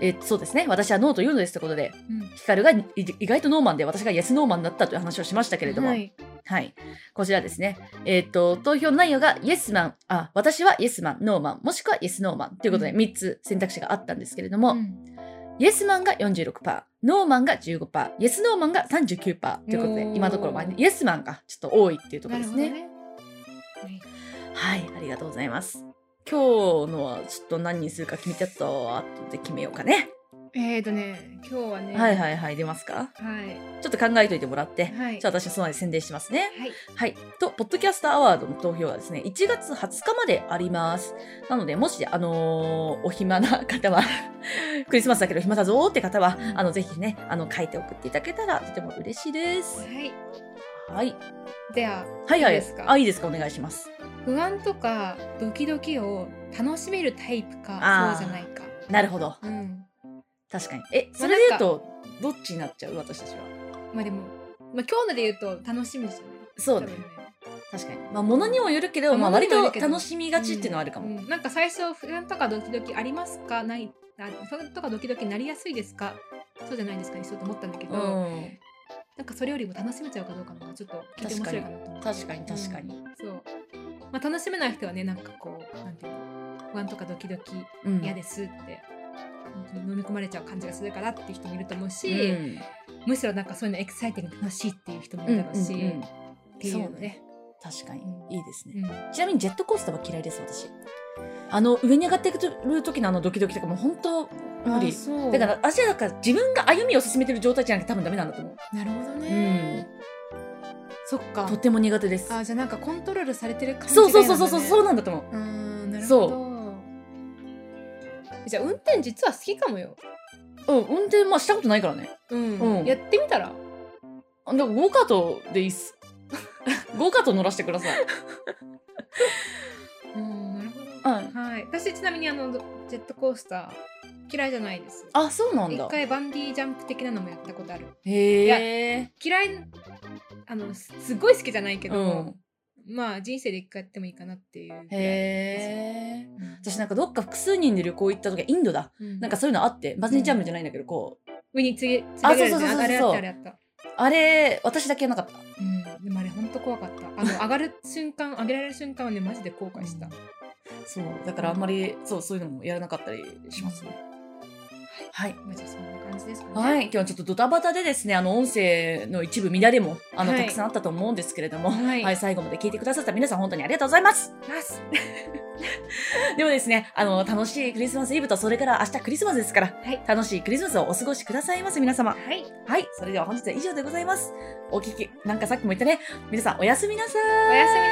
Speaker 1: えっと、そうですね、私はノーと言うのですということで、
Speaker 2: うん
Speaker 1: ヒカルがい意外とノーマンで、私がイエスノーマンだったという話をしましたけれども、
Speaker 2: は
Speaker 1: はい、
Speaker 2: い、
Speaker 1: こちらですね、えっと、投票内容がイエスマン、あ、私はイエスマン、ノーマン、もしくはイエスノーマンということで、
Speaker 2: うん
Speaker 1: 3つ選択肢があったんですけれども、
Speaker 2: うん
Speaker 1: イエスマンが46%、ノーマンが15%、イエスノーマンが39%ということで
Speaker 2: お、ー
Speaker 1: 今のところ、まあ、イエスマンがちょっと多いっていうとこ
Speaker 2: な
Speaker 1: ろ
Speaker 2: る
Speaker 1: です
Speaker 2: ほど
Speaker 1: ね。
Speaker 2: ね。
Speaker 1: はい、ありがとうございます。今日のはちょっと何にするか決めちゃった後で決めようかね。
Speaker 2: えーとね、今日はね、
Speaker 1: はい
Speaker 2: はい。
Speaker 1: はいはい、出ますか
Speaker 2: はい。
Speaker 1: ちょっと考えといてもらって、
Speaker 2: はい
Speaker 1: じゃあ私はその間に宣伝してますね。はい。と、ポッドキャストアワードの投票はですね、1月20日まであります。なので、もし、あのーお暇な方は、 クリスマスだけど暇だぞーって方は、あの、ぜひね、あの、書いて送っていただけたら、とても嬉しいです。
Speaker 2: はい。
Speaker 1: はい。
Speaker 2: では、
Speaker 1: はいはい。
Speaker 2: いいですか
Speaker 1: あ、いいですか、お願いします。
Speaker 2: 不安とかドキドキを楽しめるタイプか
Speaker 1: あー
Speaker 2: そうじゃないか、
Speaker 1: なるほど
Speaker 2: うん、
Speaker 1: 確かにえそれで言うとどっちになっちゃう私たちは
Speaker 2: まあでも、まあ、今日ので言うと楽しみですよね
Speaker 1: そうね
Speaker 2: 多分
Speaker 1: 確かにまあ物にもよるけど、
Speaker 2: ま
Speaker 1: ま
Speaker 2: あ
Speaker 1: あ、割
Speaker 2: 物にもよ
Speaker 1: と
Speaker 2: るけど
Speaker 1: 楽しみがちっていうのはあるかも、
Speaker 2: うんなんか最初不安とかドキドキありますかないあ不安とかドキドキになりやすいですかそうじゃないですかにしようと思ったんだけど、
Speaker 1: うん
Speaker 2: なんかそれよりも楽しめちゃうかどうかの方がちょっと聞いて面白いかなと思って
Speaker 1: 確かに確かに、
Speaker 2: そう、まあ、楽しめない人はねなんかこうなんていうの不安とかドキドキ
Speaker 1: うん
Speaker 2: 嫌ですって、本当に飲み込まれちゃう感じがするからって人もいると思う
Speaker 1: う
Speaker 2: し、
Speaker 1: ん
Speaker 2: むしろなんかそういうのエキサイティング楽しいっていう人もい
Speaker 1: うん
Speaker 2: る
Speaker 1: う
Speaker 2: だろうし、
Speaker 1: んうん
Speaker 2: っていうのね
Speaker 1: 確かに
Speaker 2: うん
Speaker 1: いいですね、
Speaker 2: うん
Speaker 1: ちなみにジェットコースターは嫌いです私あの上に上がっていく時のあのドキドキとかもう本当無理
Speaker 2: そう
Speaker 1: だから足はだから自分が歩みを進めてる状態じゃなくて多分ダメなんだと思う、
Speaker 2: なるほど
Speaker 1: うん
Speaker 2: ね、、そっか
Speaker 1: とっても苦手です
Speaker 2: あじゃあなんかコントロールされてる感じが
Speaker 1: そう
Speaker 2: 嫌な
Speaker 1: そうん
Speaker 2: だ
Speaker 1: そうそ
Speaker 2: ね
Speaker 1: うそうそうなんだと思う
Speaker 2: うーんなるほ
Speaker 1: そ
Speaker 2: どじゃあ運転実は好きかもよ、
Speaker 1: うん運転まあしたことないからね
Speaker 2: うん
Speaker 1: うん
Speaker 2: やってみたら
Speaker 1: あでもゴーカートでいいっす ゴーカート乗らせてください
Speaker 2: うんなるほど
Speaker 1: うん
Speaker 2: はい、私ちなみにあのジェットコースター嫌いじゃないです。
Speaker 1: あそうなんだ
Speaker 2: 一回バンディージャンプ的なのもやったことある。
Speaker 1: へえ
Speaker 2: 嫌いあのすすごい好きじゃないけ
Speaker 1: う
Speaker 2: ど、
Speaker 1: ん
Speaker 2: まあ人生で一回やってもいいかなっていうぐらい。
Speaker 1: へえ
Speaker 2: うん
Speaker 1: 私なんかどっか複数人で旅行行った時インドだ
Speaker 2: う
Speaker 1: なんかそういうのあってバズニージャンプじゃないんだけどこう
Speaker 2: 上につげつ
Speaker 1: あ
Speaker 2: げられる
Speaker 1: そうそうそうそう
Speaker 2: ねあれやったあれやった。
Speaker 1: あれ私だけなかった
Speaker 2: うん、でもあれ本当怖かった。あ の上がる瞬間上げられる瞬間はねマジで後悔した。
Speaker 1: そうだからあんまりそうそういうのもやらなかったりしますねはい
Speaker 2: まあじゃあそんな感じですかね。
Speaker 1: はい、今日はちょっとドタバタでですね、あの音声の一部乱れも、あの、
Speaker 2: はい
Speaker 1: たくさんあったと思うんですけれども、
Speaker 2: は
Speaker 1: はいい、最後まで聞いてくださった皆さん本当にありがとうございます。
Speaker 2: ます。
Speaker 1: でもですね、あの、楽しいクリスマスイブと、それから明日クリスマスですから、
Speaker 2: はい
Speaker 1: 楽しいクリスマスをお過ごしくださいます、皆様。
Speaker 2: はい。
Speaker 1: はい、それでは本日は以上でございます。お聞き、なんかさっきも言ったね、皆さんおやすみなさーい。
Speaker 2: おやすみなさい